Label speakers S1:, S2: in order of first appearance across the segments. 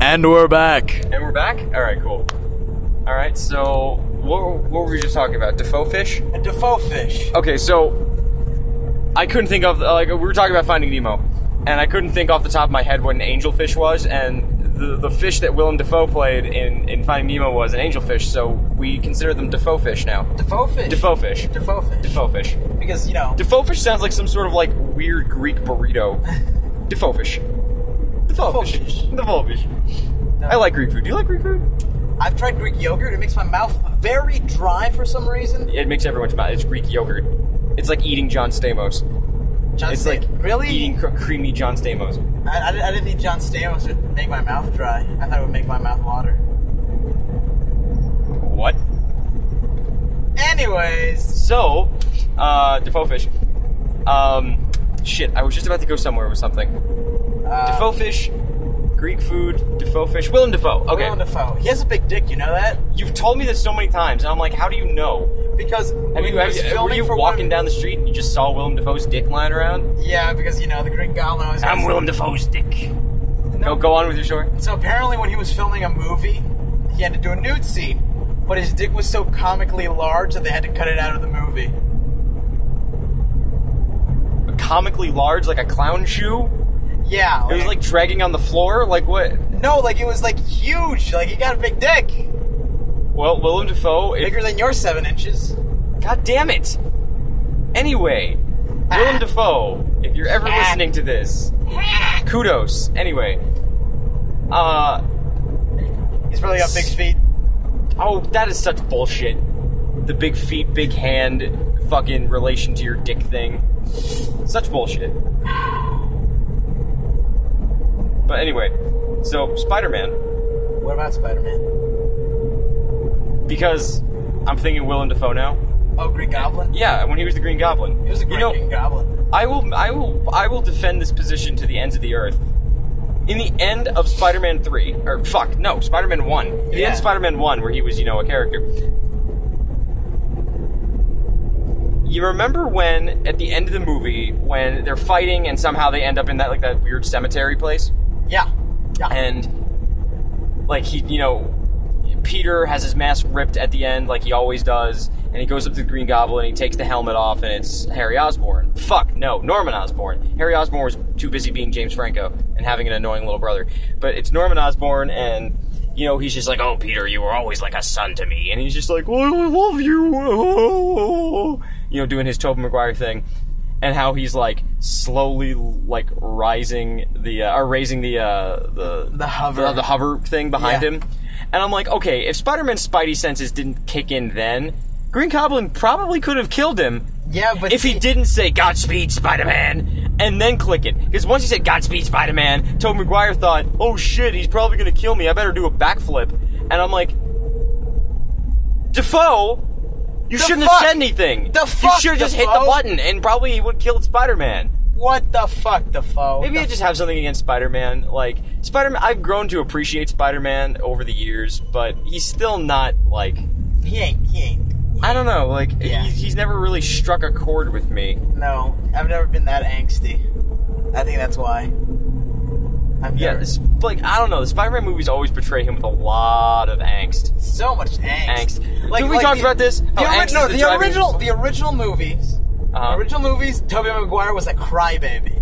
S1: And we're back.
S2: And we're back? Alright, cool. Alright, so what, what were we just talking about? Defoe fish?
S3: A Defoe fish.
S2: Okay, so I couldn't think of, like, we were talking about Finding Nemo, and I couldn't think off the top of my head what an angelfish was, and the, the fish that Willem Defoe played in, in Finding Nemo was an angelfish, so we consider them Defoe fish now.
S3: Defoe fish.
S2: Defoe fish.
S3: Defoe fish.
S2: Defoe fish.
S3: Because you know.
S2: Defoe fish sounds like some sort of, like, weird Greek burrito. Defoe fish. Defoe
S3: Defoe
S2: fish.
S3: fish.
S2: Defoe fish. I like Greek food. Do you like Greek food?
S3: I've tried Greek yogurt. It makes my mouth very dry for some reason.
S2: it makes everyone's mouth. It's Greek yogurt. It's like eating John Stamos.
S3: John
S2: it's
S3: Sta-
S2: like
S3: really.
S2: eating cr- creamy John Stamos.
S3: I, I, didn't- I didn't think John Stamos would make my mouth dry. I thought it would make my mouth water.
S2: What?
S3: Anyways,
S2: So, uh, Defoe fish. Um, shit, I was just about to go somewhere with something.
S3: uh,
S2: Defoe fish, Greek food, Defoe fish. Willem Defoe. Okay.
S3: Willem Dafoe. He has a big dick. You know that
S2: You've told me this so many times, and I'm like, how do you know?
S3: because
S2: Have
S3: when
S2: you,
S3: he
S2: have
S3: was
S2: you, were
S3: filming
S2: you
S3: for
S2: walking
S3: one-
S2: down the street and you just saw Willem Defoe's dick lying around?
S3: Yeah, because you know the Green Goblin always.
S2: I'm
S3: has-
S2: Willem Defoe's dick.
S3: No.
S2: Go, go on with your story.
S3: So apparently, when he was filming a movie, he had to do a nude scene, but his dick was so comically large that they had to cut it out of the movie.
S2: Comically large, like a clown shoe.
S3: Yeah,
S2: It was like dragging on the floor. Like what?
S3: no, like it was like huge. Like he got a big dick,
S2: Well, Willem Dafoe. If,
S3: bigger than your seven inches.
S2: God damn it! Anyway, Willem Dafoe, if you're ever listening to this, kudos. Anyway, uh,
S3: He's probably got big feet.
S2: oh, that is such bullshit. The big feet, big hand, fucking relation to your dick thing. Such bullshit. But anyway, so Spider Man,
S3: What about Spider Man?
S2: because I'm thinking Willem Dafoe now.
S3: Oh, Green Goblin.
S2: Yeah, when he was the Green Goblin.
S3: He was a great
S2: you know,
S3: Green Goblin.
S2: I will, I will, I will defend this position to the ends of the earth. In the end of Spider-Man three, or fuck, no, Spider-Man one. In the
S3: Yeah.
S2: end of Spider-Man one, where he was, you know, a character. You remember when at the end of the movie when they're fighting and somehow they end up in that like that weird cemetery place?
S3: Yeah, yeah.
S2: and like he you know peter has his mask ripped at the end like he always does and he goes up to the green goblin and he takes the helmet off and it's harry osborn fuck no norman osborn harry osborn was too busy being james franco and having an annoying little brother but it's norman osborn and you know he's just like oh peter you were always like a son to me and he's just like well, i love you you know doing his tobey maguire thing and how he's like slowly like rising the uh, or raising the uh the
S3: The hover.
S2: the, the hover thing behind
S3: Yeah.
S2: him and i'm like okay if spider-man's spidey senses didn't kick in then green goblin probably could have killed him
S3: yeah, but
S2: if he
S3: see-
S2: didn't say godspeed spider-man and then click it because once he said godspeed spider-man Tobey maguire thought oh shit he's probably gonna kill me i better do a backflip and i'm like defoe you
S3: The
S2: shouldn't
S3: fuck?
S2: have said anything.
S3: The
S2: You
S3: fuck,
S2: should have just hit the
S3: Defoe?
S2: button, and probably he would have killed Spider-Man.
S3: what the fuck, Defoe?
S2: Maybe I just have something against Spider-Man. Like Spider-Man, I've grown to appreciate Spider-Man over the years, but he's still not like
S3: he ain't. He ain't.
S2: I don't know. Like
S3: Yeah.
S2: he's, he's never really struck a chord with me.
S3: No, I've never been that angsty. I think that's why. I've
S2: Yeah,
S3: never-
S2: it's like I don't know. The Spider-Man movies always portray him with a lot of angst.
S3: so much angst.
S2: Angst. Dude, we talked about this,
S3: The,
S2: how
S3: ori-
S2: angst is
S3: no,
S2: the
S3: the
S2: driving-
S3: original, the original movies.
S2: Uh-huh.
S3: The original movies. Tobey Maguire was a crybaby.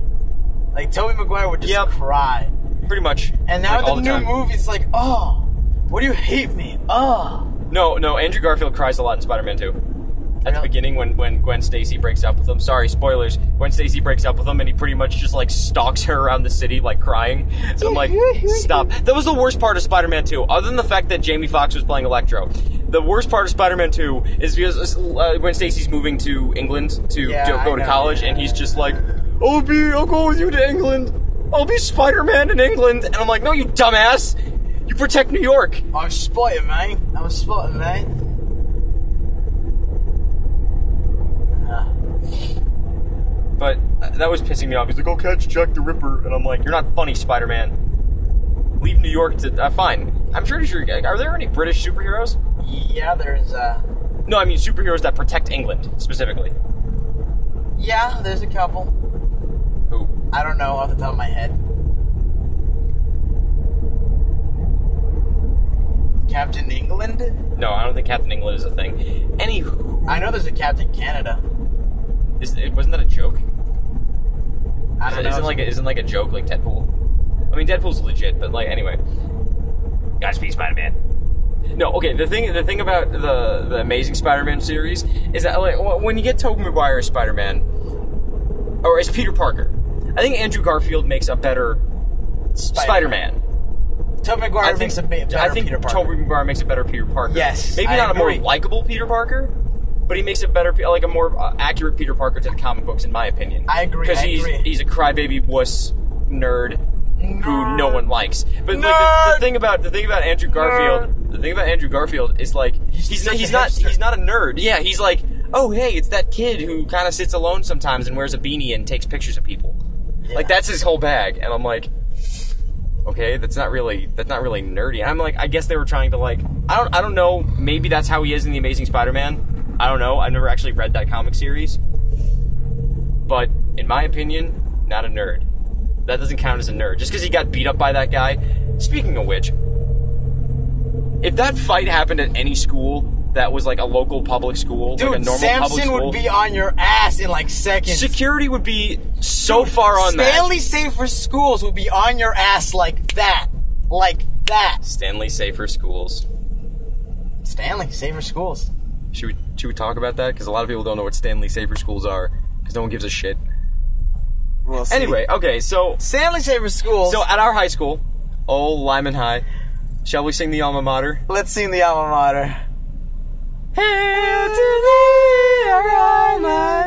S3: Like Tobey Maguire would just
S2: Yep.
S3: cry.
S2: Pretty much.
S3: And now
S2: like, all
S3: the, new
S2: time.
S3: movies, like, oh, what do you hate me? Oh,
S2: No, no. Andrew Garfield cries a lot in Spider-Man 2. At the
S3: Really?
S2: beginning, when when Gwen Stacy breaks up with him. Sorry, spoilers. Gwen Stacy breaks up with him, and he pretty much just like stalks her around the city, like crying. So I'm like, stop. That was the worst part of Spider-Man 2, other than the fact that Jamie Foxx was playing Electro. The worst part of Spider-Man 2 is because uh, Gwen Stacy's moving to England to
S3: Yeah,
S2: to go
S3: I
S2: to
S3: know,
S2: college,
S3: yeah.
S2: and he's just like, I'll be, I'll go with you to England. I'll be Spider-Man in England, and I'm like, no, you dumbass. You protect New York.
S3: oh, I'm spotting, mate. I'm spotting, mate. Ah.
S2: But uh, that was pissing me off. He's like, "Go catch Jack the Ripper," and I'm like, "You're not funny, Spider-Man. Leave New York to uh, fine." I'm pretty sure. Are there any British superheroes?
S3: Yeah, there's uh,
S2: No, I mean superheroes that protect England specifically.
S3: yeah, there's a couple.
S2: Who?
S3: I don't know off the top of my head. Captain England?
S2: No, I don't think Captain England is a thing. Anywho,
S3: I know there's a Captain Canada.
S2: is, it- wasn't that a joke?
S3: I
S2: Isn't,
S3: don't know.
S2: isn't like a, isn't like a joke like Deadpool? I mean, Deadpool's legit, but like anyway. Godspeed, Spider Man. No, okay. The thing, the thing about the the Amazing Spider-Man series is that like wh- when you get Tobey Maguire as Spider-Man, or as Peter Parker, I think Andrew Garfield makes a better Spider-Man.
S3: Tobey Maguire makes a ba- better
S2: I think
S3: Peter Parker.
S2: Tobey Maguire makes a better Peter Parker.
S3: Yes,
S2: maybe
S3: I
S2: not a
S3: agree.
S2: more likable Peter Parker, but he makes a better, pe- like a more uh, accurate Peter Parker to the comic books, in my opinion.
S3: I agree,
S2: Because
S3: I
S2: he's
S3: agree.
S2: he's a crybaby wuss nerd, who no
S3: Nerd.
S2: one likes. But like, the, the
S3: Nerd.
S2: thing about the thing about Andrew Garfield, the thing about Andrew Garfield is like he's he's,
S3: such a
S2: he's not
S3: hipster.
S2: he's not a nerd. Yeah, he's like oh hey, it's that kid who kind of sits alone sometimes and wears a beanie and takes pictures of people.
S3: Yeah.
S2: Like that's his whole bag, and I'm like, okay, that's not really that's not really nerdy. And I'm like, I guess they were trying to like, I don't I don't know. Maybe that's how he is in the Amazing Spider-Man. I don't know. I've never actually read that comic series, but in my opinion, not a nerd. That doesn't count as a nerd. Just because he got beat up by that guy. Speaking of which, if that fight happened at any school that was like a local public school,
S3: Dude,
S2: like a normal public
S3: Samson
S2: school,
S3: would be on your ass in like seconds.
S2: security would be so far on that.
S3: Stanley Safe for Schools would be on your ass like that. Like that.
S2: Stanley Safer Schools.
S3: Stanley Safe for Schools.
S2: Should we, should we talk about that? Because a lot of people don't know what Stanley Safer Schools are, because no one gives a shit.
S3: We'll see.
S2: Anyway, okay, so
S3: Stanley Safe for Schools.
S2: so at our high school, old Lyman High, shall we sing the alma mater?
S3: let's sing the alma mater.
S2: Hail to thee, our alma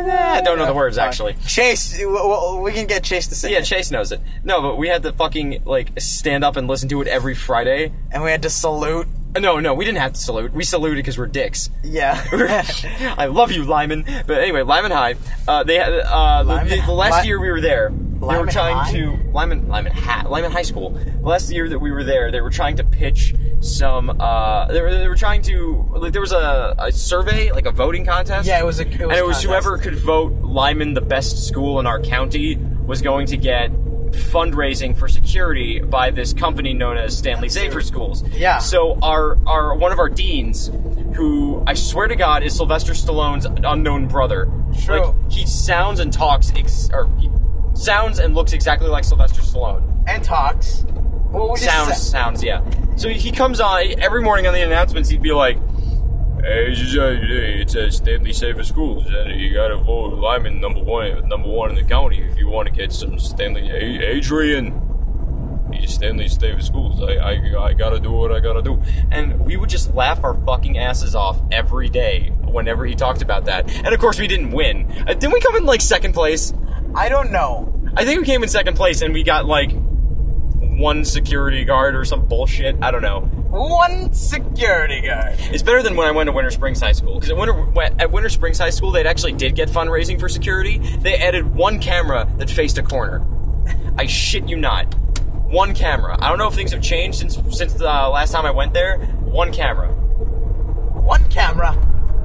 S2: mater. I don't know the words actually.
S3: Chase, w- w- we can get Chase to sing.
S2: Yeah,
S3: it.
S2: Chase knows it. No, but we had to fucking like stand up and listen to it every Friday. Uh,
S3: and we had to salute.
S2: No, no, we didn't have to salute. We saluted because we're dicks.
S3: Yeah.
S2: I love you, Lyman. But anyway, Lyman High. Uh, they had uh, the-
S3: Lyman-
S2: the, the last
S3: Ly-
S2: year we were there. they were
S3: Lyman
S2: trying
S3: High?
S2: to Lyman Lyman High Lyman High School. The last year that we were there, they were trying to pitch some. Uh, they, were, they were trying to. Like, there was a, a survey, like a voting contest.
S3: yeah, it was a. It was
S2: and it was
S3: contest.
S2: whoever could vote Lyman the best school in our county was going to get fundraising for security by this company known as Stanley Safer Schools.
S3: Yeah.
S2: So our our one of our deans, who I swear to God is Sylvester Stallone's unknown brother.
S3: True.
S2: Like, he sounds and talks ex- or he sounds and looks exactly like Sylvester Stallone
S3: and talks. Well, we just
S2: sounds
S3: sa-
S2: sounds yeah. So he comes on every morning on the announcements. He'd be like, "Hey, it's just, uh, it's uh, Stanley Safer Schools. Uh, You got to vote Lyman number one, number one in the county if you want to get some Stanley A- Adrian." He's Stanley Safer Schools. I, I I gotta do what I gotta do. And we would just laugh our fucking asses off every day whenever he talked about that. And of course, we didn't win. Uh, didn't we come in like second place?
S3: I don't know.
S2: I think we came in second place and we got like one security guard or some bullshit. I don't know.
S3: One security guard.
S2: It's better than when I went to Winter Springs High School because at Winter at Winter Springs High School they actually did get fundraising for security. They added one camera that faced a corner. I shit you not, one camera. I don't know if things have changed since since the last time I went there. One camera
S3: One camera.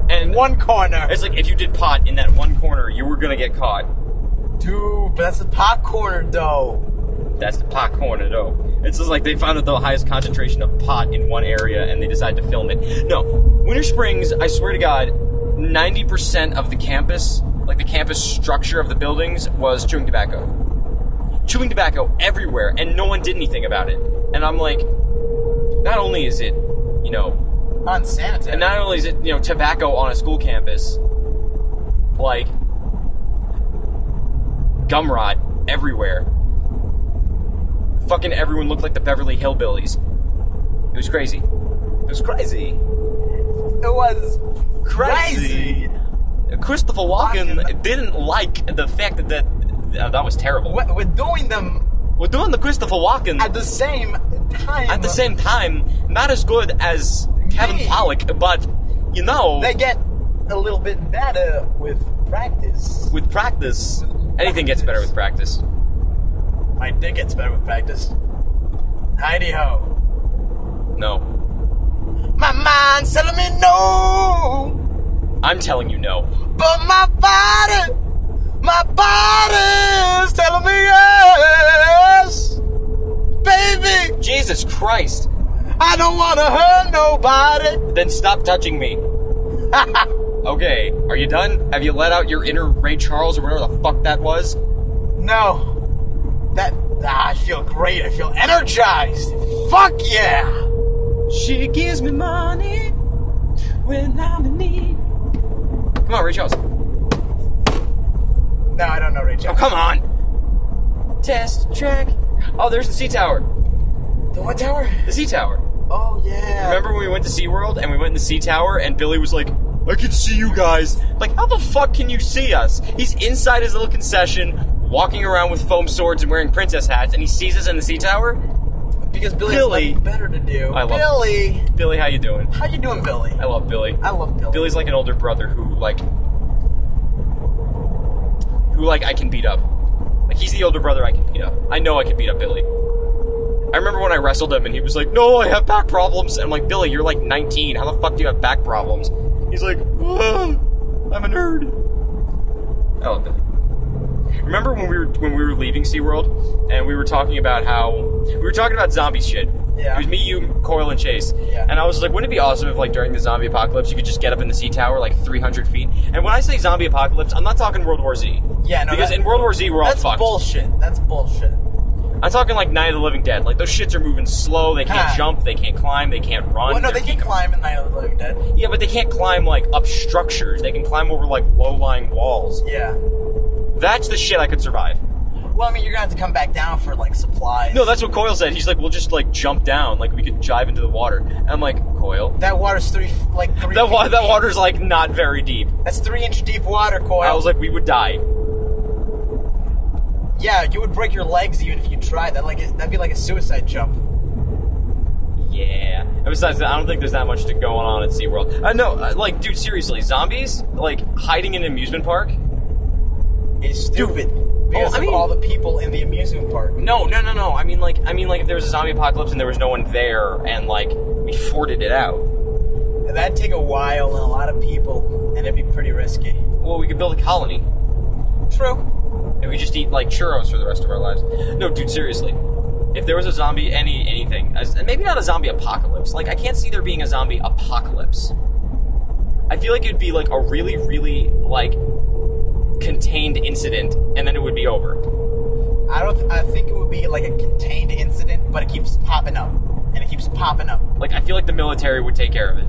S2: and
S3: One corner.
S2: It's like if you did pot in that one corner, you were gonna get caught.
S3: Dude, but that's the pot corner though.
S2: That's the pot corner, though. It's just like they found out the highest concentration of pot in one area and they decided to film it. No, Winter Springs, I swear to God, 90% of the campus, like the campus structure of the buildings, was chewing tobacco. Chewing tobacco everywhere, and no one did anything about it. And I'm like, not only is it, you know,
S3: Unsanitary.
S2: and not only is it, you know, tobacco on a school campus, like gumrot everywhere. Fucking everyone looked like the Beverly Hillbillies. It was crazy. It was crazy.
S3: it was crazy.
S2: Christopher Walken
S3: Walken.
S2: didn't like the fact that that, uh, that was terrible.
S3: We- We're doing them
S2: We're doing the Christopher Walken
S3: at the same time.
S2: at the same time, not as good as Kevin
S3: Me.
S2: Pollak, but you know,
S3: They get a little bit better with practice.
S2: with practice, anything gets better with practice.
S3: My dick gets better with practice. Heidi ho.
S2: No,
S3: My mind's telling me no,
S2: I'm telling you no.
S3: but my body, my body's telling me yes, baby.
S2: Jesus Christ.
S3: I don't want to hurt nobody.
S2: Then stop touching me. okay, are you done? Have you let out your inner Ray Charles or whatever the fuck that was?
S3: No. That. Ah, I feel great. I feel energized. Fuck yeah.
S2: She gives me money when I'm in need. Come on, Ray Charles. Oh,
S3: No, I don't know Ray Charles.
S2: come on. Test track. Oh, there's the sea tower.
S3: The what tower?
S2: The sea tower.
S3: Oh yeah.
S2: Remember when we went to SeaWorld and we went in the sea tower and Billy was like, I can see you guys. Like, how the fuck can you see us? He's inside his little concession, walking around with foam swords and wearing princess hats, and he sees us in the sea tower?
S3: Because Billy,
S2: Billy.
S3: has nothing better to do.
S2: I love-
S3: Billy.
S2: Billy, how you doing?
S3: How you doing, Billy?
S2: I love Billy.
S3: I love Billy.
S2: Billy's like an older brother who like who like I can beat up. Like he's the older brother I can beat up. I know I can beat up Billy. I remember when I wrestled him and he was like, "No, I have back problems." And I'm like, "Billy, you're like 19. How the fuck do you have back problems?" He's like, "Ah, "I'm a nerd." I love Billy. Remember when we were when we were leaving SeaWorld and we were talking about how we were talking about zombie shit.
S3: Yeah.
S2: It was me, you, Coil, and Chase.
S3: Yeah.
S2: And I was like, wouldn't it be awesome if like during the zombie apocalypse you could just get up in the sea tower like 300 feet? And when I say zombie apocalypse, I'm not talking World War Z.
S3: Yeah, no,
S2: Because
S3: that-
S2: in World War Z we're all
S3: That's
S2: fucked.
S3: bullshit. That's bullshit.
S2: I'm talking like Night of the Living Dead. Like those shits are moving slow. They can't
S3: Ah.
S2: jump. They can't climb. They can't run.
S3: Well, no,
S2: They're
S3: they can
S2: peacock-
S3: climb in Night of the Living Dead.
S2: Yeah, but they can't climb like up structures. They can climb over like low-lying walls.
S3: Yeah.
S2: That's the shit I could survive.
S3: Well, I mean, you're gonna have to come back down for like supplies.
S2: No, that's what Coyle said. He's like, we'll just like jump down, like we could dive into the water. And I'm like, Coyle,
S3: that water's three like three.
S2: that wa-
S3: feet
S2: that
S3: deep.
S2: water's like not very deep.
S3: That's three inch deep water, Coyle.
S2: I was like, we would die.
S3: yeah, you would break your legs even if you tried. That like that'd be like a suicide jump.
S2: Yeah. And besides that, I don't think there's that much to go on at SeaWorld. I know, uh, like, dude, seriously, zombies, like, hiding in an amusement park?
S3: It's stupid because
S2: I
S3: of
S2: mean-
S3: all the people in the amusement park.
S2: No, no, no, no. I mean, like, I mean, like, if there was a zombie apocalypse and there was no one there, and like, we forded it out.
S3: That'd take a while and a lot of people, and it'd be pretty risky.
S2: Well, we could build a colony,
S3: True.
S2: and we just eat like churros for the rest of our lives. No, dude, seriously. If there was a zombie, any anything, as- and maybe not a zombie apocalypse. Like, I can't see there being a zombie apocalypse. I feel like it'd be like a really, really like contained incident, and then it would be over.
S3: I don't. I think it would be like a contained incident, but it keeps popping up, and it keeps popping up.
S2: Like, I feel like the military would take care of it.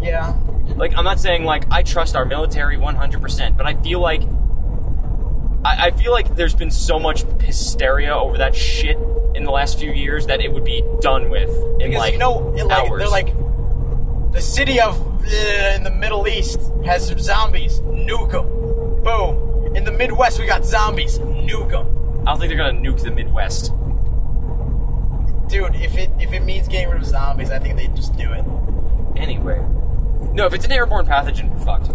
S3: Yeah.
S2: Like, I'm not saying, like, I trust our military 100%, but I feel like. I, I feel like there's been so much hysteria over that shit in the last few years that it would be done with in,
S3: Because
S2: like,
S3: you know, it, like,
S2: hours.
S3: they're like the city of uh, in the Middle East has zombies. Nuke 'em. Boom. In the Midwest, we got zombies. Nuke 'em.
S2: I don't think they're gonna nuke the Midwest.
S3: Dude, if it if it means getting rid of zombies, I think they just do it.
S2: Anyway. No, if it's an airborne pathogen, we're fucked.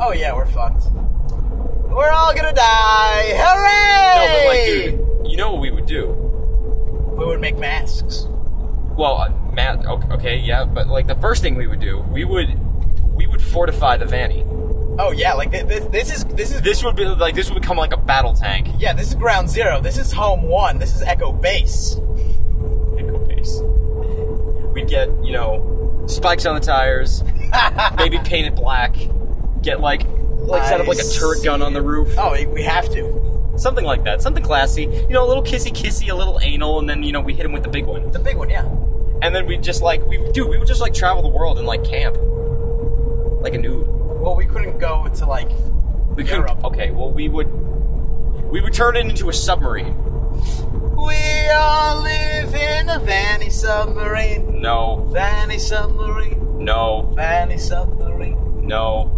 S3: Oh yeah, we're fucked. We're all gonna die. Hooray!
S2: No, but, like, dude, you know what we would do?
S3: we would make masks.
S2: Well, uh, Matt, okay, okay, yeah, but, like, the first thing we would do, we would. We would fortify the Vanny.
S3: Oh yeah, like thi- this. This is this is
S2: This would be like this would become like a battle tank.
S3: yeah. This is Ground Zero. This is Home One. This is Echo Base.
S2: Pickle base. We'd get, you know, spikes on the tires, maybe paint it black, get like like set up like a
S3: I
S2: turret gun on the
S3: see.
S2: roof.
S3: Oh, we- we have to.
S2: Something like that. Something classy. You know, a little kissy kissy, a little anal, and then you know, we hit him with the big one.
S3: The big one, yeah.
S2: And then we just like we dude, we would just like travel the world and like camp. Like a nude.
S3: Well, we couldn't go to like.
S2: We could
S3: Europe.
S2: okay, well we would we would turn it into a submarine.
S3: We all live in a vanny submarine.
S2: No,
S3: Vanny submarine.
S2: no,
S3: Vanny submarine.
S2: no,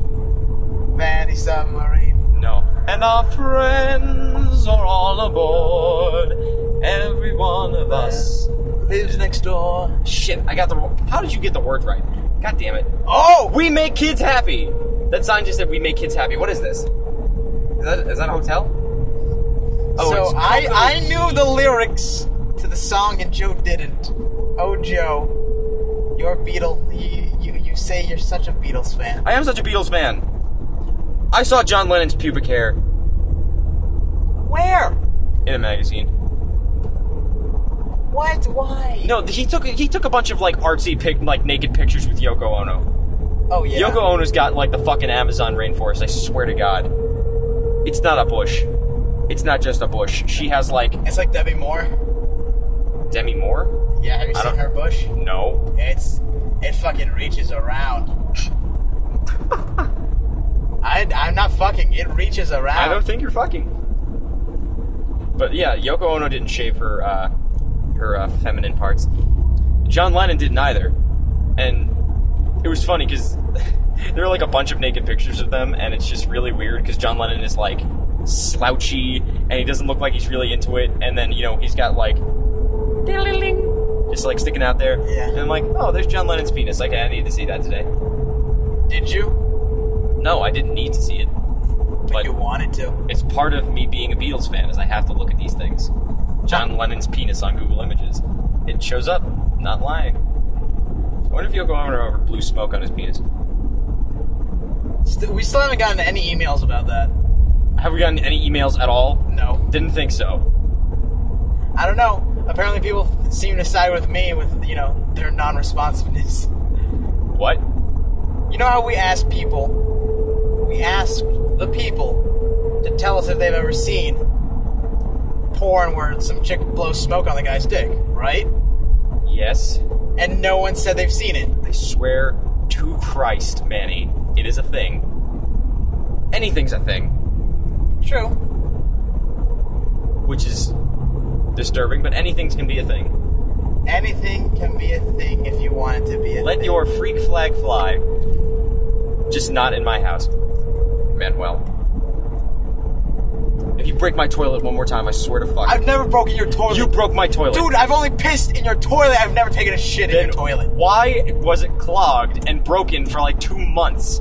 S3: Vanny submarine.
S2: no. And our friends are all aboard. Every one of us.
S3: Lives next door.
S2: Shit, I got the how did you get the words right? God damn it.
S3: Oh, we-
S2: We make kids happy! That sign just said we make kids happy. What is this? Is that is that a hotel?
S3: so
S2: Oh, it's
S3: I
S2: company-
S3: I knew the lyrics to the song and Joe didn't. Oh, Joe, you're a Beatle. You you, you say you're such a Beatles fan.
S2: I am such a Beatles fan. I saw John Lennon's pubic hair
S3: Where?
S2: in a magazine.
S3: What? That's why.
S2: No, he took he took a bunch of like artsy pic, like naked pictures with Yoko Ono.
S3: Oh yeah.
S2: Yoko Ono's got like the fucking Amazon rainforest. I swear to God, it's not a bush. It's not just a bush. She has like
S3: It's like Debbie Moore.
S2: Demi Moore.
S3: Yeah. Have you
S2: I
S3: seen
S2: don't-
S3: her bush?
S2: No,
S3: It's it fucking reaches around. I I'm not fucking. It reaches around.
S2: I don't think you're fucking. But yeah, Yoko Ono didn't shave her uh, her uh, feminine parts. John Lennon didn't either, and it was funny because there were like a bunch of naked pictures of them, and it's just really weird because John Lennon is like slouchy and he doesn't look like he's really into it, and then you know he's got like diddling, just like sticking out there.
S3: Yeah.
S2: And I'm like, oh, there's John Lennon's penis. Okay, I need to see that today.
S3: Did you?
S2: No, I didn't need to see it.
S3: But you wanted to.
S2: It's part of me being a Beatles fan is I have to look at these things. John Lennon's penis on Google Images. It shows up. Not lying. I wonder if Yoko Ono ever blew smoke on his penis.
S3: St- we still haven't gotten any emails about that.
S2: Have we gotten any emails at all?
S3: No.
S2: Didn't think so.
S3: I don't know. Apparently, people seem to side with me with you know their non-responsiveness.
S2: What?
S3: You know how we ask people? We ask the people to tell us if they've ever seen porn where some chick blows smoke on the guy's dick, right?
S2: Yes.
S3: And no one said they've seen it.
S2: I swear to Christ, Manny, it is a thing. Anything's a thing,
S3: True.
S2: which is disturbing, but anything's can be a thing.
S3: Anything can be a thing if you want it to be a
S2: Let
S3: thing.
S2: your freak flag fly. Just not in my house. Manuel. If you break my toilet one more time, I swear to fuck.
S3: I've never broken your toilet.
S2: you broke my toilet.
S3: Dude, I've only pissed in your toilet. I've never taken a shit in
S2: Then
S3: your toilet.
S2: Why was it clogged and broken for like two months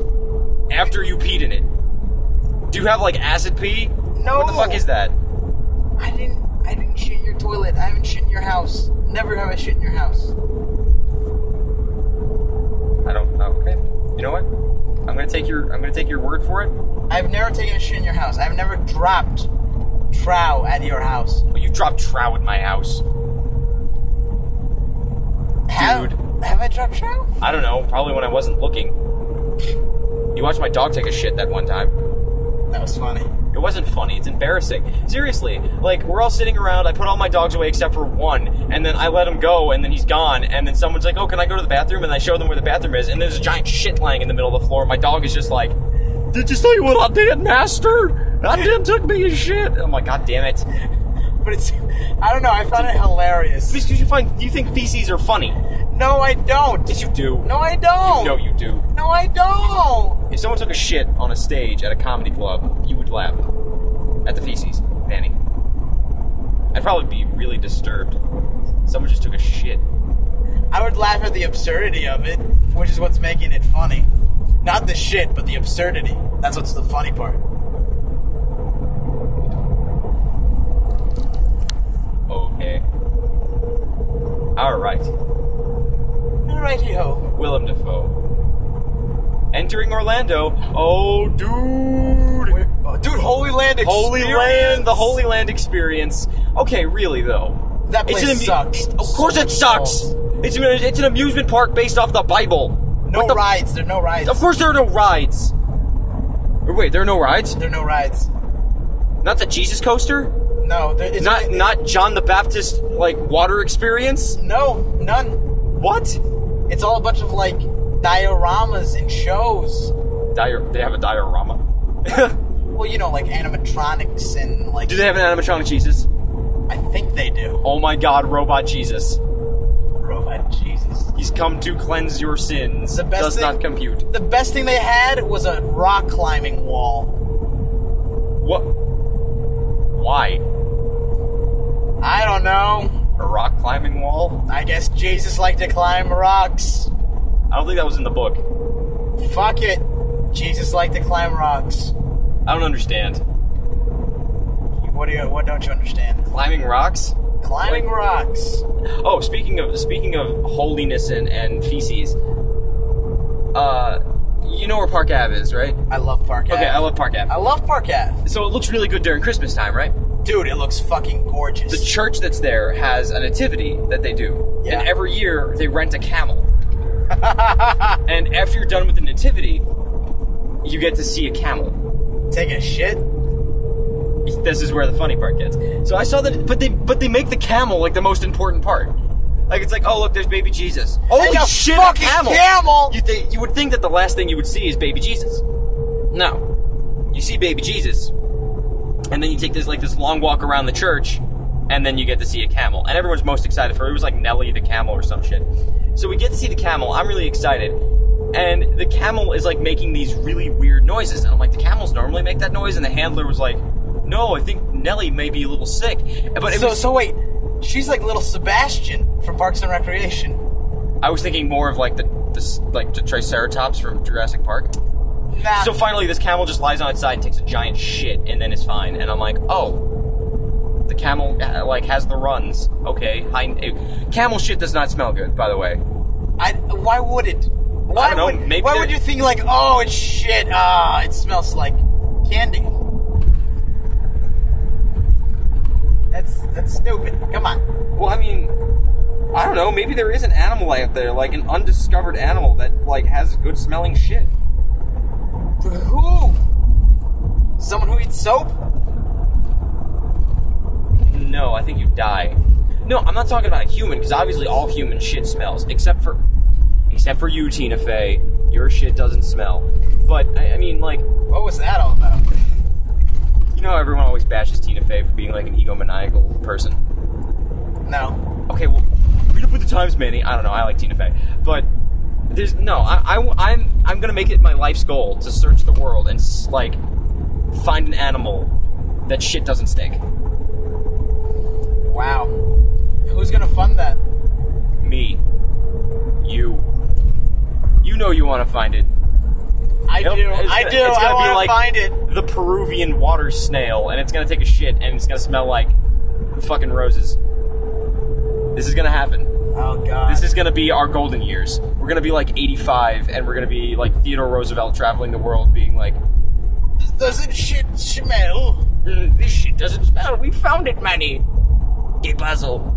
S2: after you peed in it? Do you have like acid pee?
S3: No.
S2: What the fuck is that?
S3: I didn't. I didn't shit in your toilet. I haven't shit in your house. Never have I shit in your house.
S2: I don't know. Okay. You know what? I'm gonna take your I'm gonna take your word for it.
S3: I've never taken a shit in your house. I've never dropped trow at your house.
S2: Well, you dropped trow in my house.
S3: Have,
S2: Dude.
S3: have I dropped trow?
S2: I don't know. Probably when I wasn't looking. You watched my dog take a shit that one time.
S3: That was funny.
S2: It wasn't funny. It's embarrassing. Seriously, like we're all sitting around. I put all my dogs away except for one, and then I let him go, and then he's gone. And then someone's like, "Oh, can I go to the bathroom?" And I show them where the bathroom is, and there's a giant shit lying in the middle of the floor. My dog is just like, "Did you see what I did, Master? I did took me a shit." I'm like, "God damn it!"
S3: But it's. I don't know. I found it hilarious.
S2: Because you find you think feces are funny.
S3: No, I don't.
S2: Yes, you do.
S3: No, I don't.
S2: no, you do.
S3: No, I don't.
S2: If someone took a shit on a stage at a comedy club, you would laugh at the feces, Manny. I'd probably be really disturbed. Someone just took a shit.
S3: I would laugh at the absurdity of it, which is what's making it funny. Not the shit, but the absurdity. That's what's the funny part.
S2: Okay. All right.
S3: Alrighty ho.
S2: Willem Dafoe. Entering Orlando. Oh, uh, dude.
S3: We're- oh, Dude, Holy Land
S2: Holy
S3: experience.
S2: Land, the Holy Land experience. Okay, really though.
S3: That place
S2: amu-
S3: sucks. Oh.
S2: Of course it sucks. It's an, it's an amusement park based off the Bible.
S3: No
S2: What the-
S3: rides. There are no rides.
S2: Of course there are no rides. Or Wait, there are no rides?
S3: There are no rides.
S2: Not the Jesus coaster?
S3: No, there, it's
S2: Not not John the Baptist like water experience?
S3: No, none.
S2: What?
S3: It's all a bunch of like dioramas and shows.
S2: Dior- they have a diorama.
S3: Well, you know, like animatronics and like.
S2: Do they have an animatronic Jesus?
S3: I think they do.
S2: Oh my god, robot Jesus.
S3: Robot Jesus.
S2: He's come to cleanse your sins.
S3: The best
S2: Does
S3: thing-
S2: not compute.
S3: The best thing they had was a rock climbing wall.
S2: What? Why?
S3: I don't know.
S2: A rock climbing wall?
S3: I guess Jesus liked to climb rocks.
S2: I don't think that was in the book.
S3: Fuck it. Jesus liked to climb rocks.
S2: I don't understand.
S3: What do you? What don't you understand?
S2: Climbing rocks?
S3: Climbing rocks.
S2: Oh, speaking of speaking of holiness and, and feces, uh, you know where Park Ave is, right?
S3: I love Park Ave.
S2: Okay, I love Park Ave.
S3: I love Park Ave.
S2: So it looks really good during Christmas time, right?
S3: Dude, it looks fucking gorgeous.
S2: The church that's there has a nativity that they do,
S3: Yeah.
S2: and every year they rent a camel. and after you're done with the nativity, you get to see a camel.
S3: Taking a shit?
S2: this is where the funny part gets. So I saw that, but they but they make the camel like the most important part. Like it's like, oh look, there's baby Jesus. Holy
S3: a
S2: shit,
S3: fucking
S2: a camel!
S3: camel!
S2: You thi- you would think that the last thing you would see is baby Jesus. No, you see baby Jesus, and then you take this like this long walk around the church, and then you get to see a camel, and everyone's most excited for it. It was like Nelly the camel or some shit. So we get to see the camel. I'm really excited. And the camel is like making these really weird noises. And I'm like, the camels normally make that noise. And the handler was like, no, I think Nelly may be a little sick. But it
S3: so,
S2: was,
S3: so wait, she's like little Sebastian from Parks and Recreation.
S2: I was thinking more of like the, the s- like the Triceratops from Jurassic Park.
S3: Nah.
S2: So finally, this camel just lies on its side, takes a giant shit, and then is fine. And I'm like, oh, the camel uh, like has the runs. Okay, hi, uh, camel shit does not smell good, by the way.
S3: I, why would it? Why
S2: don't know,
S3: would?
S2: maybe
S3: why
S2: they're-
S3: would you think like, oh, it's shit. Ah, it smells like candy. That's that's stupid. Come on.
S2: Well, I mean, I don't know. Maybe there is an animal out there, like an undiscovered animal that like has good smelling shit.
S3: Who? Someone who eats soap?
S2: No, I think you die. No, I'm not talking about a human because obviously all human shit smells, except for except for you, Tina Fey. Your shit doesn't smell. But I, I mean, like.
S3: What was that all about?
S2: You know, how everyone always bashes Tina Fey for being like an egomaniacal person.
S3: No.
S2: Okay, well, read up with the times, Manny. I don't know. I like Tina Fey, but there's no. I, am I'm gonna make it my life's goal to search the world and s- like find an animal that shit doesn't stink.
S3: Wow. Who's gonna fund that?
S2: Me, you, you know you want to find it.
S3: I
S2: Yep,
S3: do.
S2: it's
S3: I
S2: gonna-
S3: do.
S2: it's
S3: I
S2: gonna be
S3: want to
S2: like-
S3: find it.
S2: The Peruvian water snail, and it's gonna take a shit, and it's gonna smell like fucking roses. This is gonna happen.
S3: Oh god.
S2: This is going to be our golden years. We're going to be like 85, and we're going to be like Theodore Roosevelt traveling the world, being like,
S3: doesn't shit smell.
S2: "Mm, "This shit doesn't smell. We found it, Manny." Gay puzzle.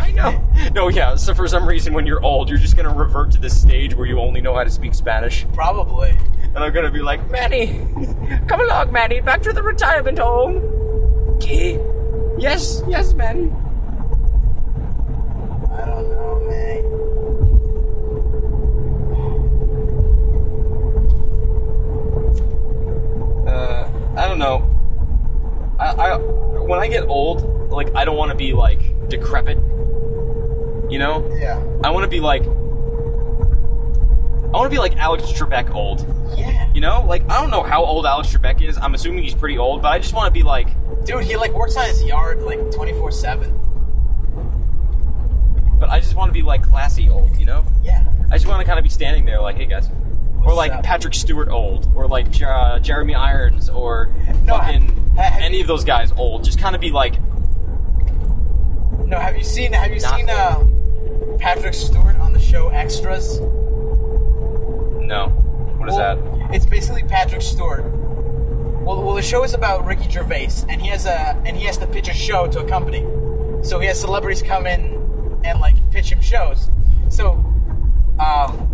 S2: I know. No, yeah. So for some reason, when you're old, you're just going to revert to this stage where you only know how to speak Spanish,
S3: Probably.
S2: and I'm going to be like, "Manny, come along, Manny, back to the retirement home." Gay. Yes, yes, Manny.
S3: I don't know, man.
S2: uh, I don't know. I, I when I get old, like I don't want to be like decrepit. You know,
S3: Yeah.
S2: I want to be like I want to be like Alex Trebek old.
S3: Yeah.
S2: You know, like I don't know how old Alex Trebek is. I'm assuming he's pretty old, but I just want to be like
S3: Dude, he like works on his yard like 24 7.
S2: but I just want to be like classy old, you know?
S3: Yeah.
S2: I just want to kind of be standing there like, "Hey guys." Or
S3: What's
S2: like
S3: up?
S2: Patrick Stewart old, or like Jer- uh, Jeremy Irons, or
S3: No, ha-
S2: fucking
S3: ha- have
S2: any
S3: you-
S2: of those guys old. Just kind of be like,
S3: No, have you seen have you
S2: Not
S3: seen uh, Patrick Stewart on the show Extras?
S2: no. What is that?
S3: It's basically Patrick Stewart. Well, well, the show is about Ricky Gervais, and he has a and he has to pitch a show to a company. So he has celebrities come in and like pitch him shows. So, um,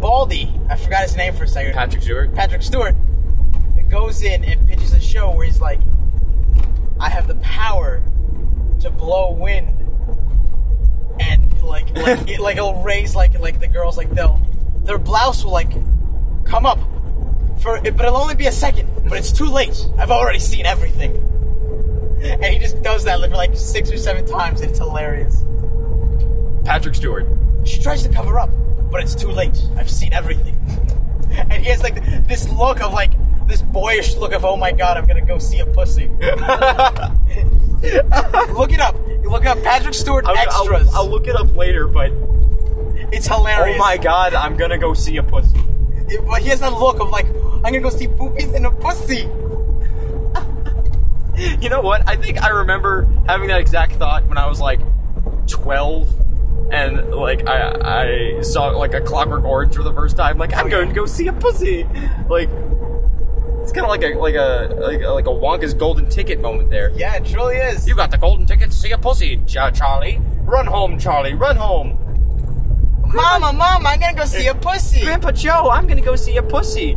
S3: Baldy, I forgot his name for a second.
S2: Patrick Stewart.
S3: Patrick Stewart goes in and pitches a show where he's like, I have the power to blow wind and like like it, like it'll raise like like the girls like they'll their blouse will like come up for it, but it'll only be a second. But it's too late. I've already seen everything. And he just does that like, for like six or seven times, and it's hilarious.
S2: Patrick Stewart.
S3: She tries to cover up, but it's too late. I've seen everything. And he has like this look of like this boyish look of oh my god, I'm gonna go see a pussy. look it up. You Look up Patrick Stewart
S2: I'll,
S3: extras.
S2: I'll, I'll look it up later, but
S3: it's hilarious.
S2: oh my god, I'm gonna go see a pussy.
S3: It- but he has that look of like I'm gonna go see boobies and a pussy.
S2: You know what? I think I remember having that exact thought when I was like 12, and like I I saw like a Clockwork Orange for the first time. Like I'm going to go see a pussy. Like It's kind of like a like a like a, like a Wonka's golden ticket moment there.
S3: Yeah, it truly is.
S2: You got the golden ticket to see a pussy, Ch- Charlie. Run home, Charlie. Run home.
S3: Mama, mama, I'm gonna go see a pussy.
S2: Grandpa Joe, I'm gonna go see a pussy.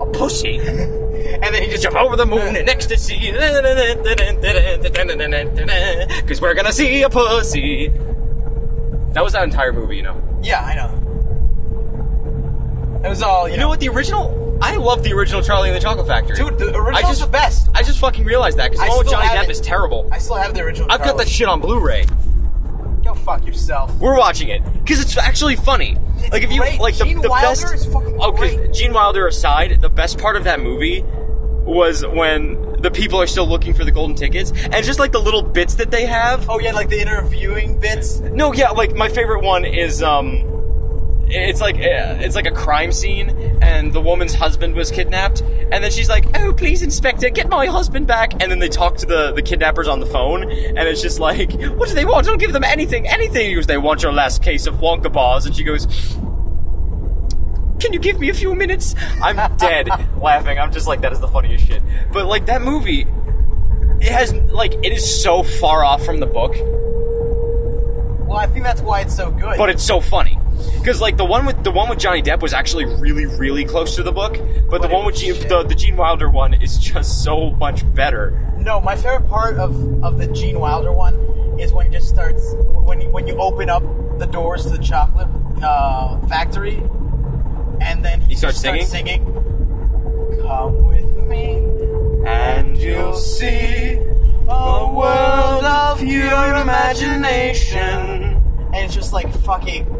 S2: A pussy. and then he just jump over the moon in ecstasy. Cause we're gonna see a pussy. That was that entire movie, you know.
S3: Yeah, I know. It was all you,
S2: You know what? The original. I love the original Charlie and the Chocolate Factory.
S3: dude. The original's
S2: I just-
S3: the best.
S2: I just fucking realized that because
S3: I
S2: the one with
S3: still
S2: Johnny
S3: have
S2: Depp
S3: it.
S2: is terrible.
S3: I still have the original.
S2: I've got that shit on Blu-ray.
S3: that. Go fuck yourself.
S2: We're watching it because it's actually funny.
S3: It's
S2: like if you
S3: great.
S2: like the,
S3: Gene
S2: the
S3: Wilder
S2: best.
S3: is fucking
S2: okay,
S3: great.
S2: Gene Wilder aside, the best part of that movie was when the people are still looking for the golden tickets and just like the little bits that they have.
S3: Oh yeah, like the interviewing bits.
S2: No, yeah, like my favorite one is um, it's like uh, it's like a crime scene, and the woman's husband was kidnapped, and then she's like, "Oh, please, Inspector, get my husband back!" And then they talk to the the kidnappers on the phone, and it's just like, "What do they want? Don't give them anything, anything." He goes, "They want your last case of Wonka bars," and she goes. Can you give me a few minutes? I'm dead laughing. I'm just like, that is the funniest shit. But like that movie, it has like it is so far off from the book.
S3: Well, I think that's why it's so good.
S2: but it's so funny because like the one with the one with Johnny Depp was actually really really close to the book, but the
S3: But
S2: one
S3: it
S2: with
S3: was
S2: Gene,
S3: shit.
S2: the the Gene Wilder one is just so much better.
S3: no, my favorite part of of the Gene Wilder one is when it just starts when you, when you open up the doors to the chocolate uh, factory, and then he,
S2: He starts
S3: just singing. Come with me,
S2: And you'll see
S3: a world of your imagination. and it's just like fucking.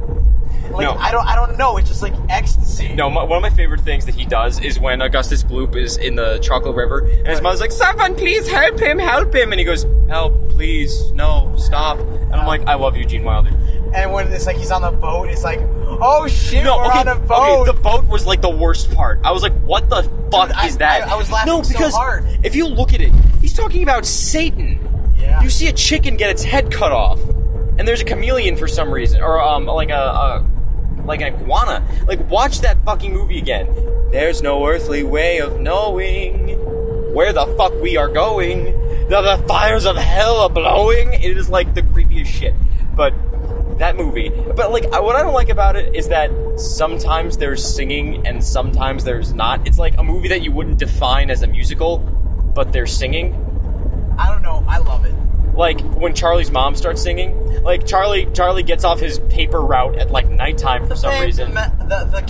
S3: Like
S2: No.
S3: I don't, I don't know. It's just like ecstasy.
S2: No, my, one of my favorite things that he does is when Augustus Gloop is in the Chocolate River, and his mom's like, "Someone, please help him, help him," and he goes, "Help, please, no, stop." And I'm like, "I love you, Gene Wilder."
S3: And when it's like he's on the boat, it's like, oh shit,
S2: No,
S3: we're
S2: okay,
S3: on a
S2: okay,
S3: boat.
S2: the boat was like the worst part. I was like, what the fuck
S3: Dude, I-
S2: is that?
S3: I- I was laughing
S2: no,
S3: so
S2: because
S3: hard.
S2: If you look at it, he's talking about Satan.
S3: Yeah.
S2: You see a chicken get its head cut off, and there's a chameleon for some reason, or um, like a, a like an iguana. Like, watch that fucking movie again. There's no earthly way of knowing where the fuck we are going. The, the fires of hell are blowing. It is like the creepiest shit. But that movie. But like, I- what I don't like about it is that sometimes there's singing and sometimes there's not. It's like a movie that you wouldn't define as a musical, but they're singing
S3: I don't know. I love it.
S2: like when Charlie's mom starts singing, like Charlie Charlie gets off his paper route at like nighttime for some
S3: Paper
S2: reason.
S3: Ma- the, the
S2: The,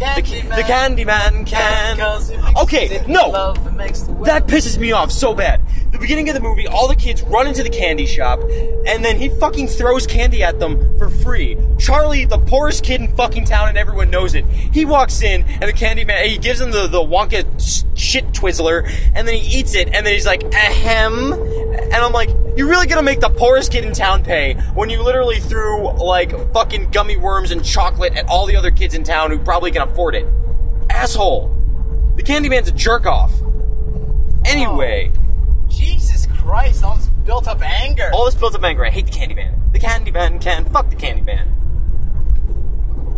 S3: candy man.
S2: the Candyman can.
S3: Because it makes
S2: Okay,
S3: it
S2: no,
S3: Love that makes the world.
S2: that pisses me off so bad. The beginning of the movie, all the kids run into the candy shop, and then he fucking throws candy at them for free. Charlie, the poorest kid in fucking town, and everyone knows it. He walks in, and the candy man, he gives him the, the Wonka s- shit Twizzler, and then he eats it, and then he's like, ahem. And I'm like, you're really gonna make the poorest kid in town pay when you literally threw, like, fucking gummy worms and chocolate at all the other kids in town who probably can afford it. Asshole. The Candyman's a jerk off. Anyway,
S3: Jesus Christ! All this built up anger.
S2: all this builds up anger. I hate the Candyman. The Candyman can fuck the Candyman.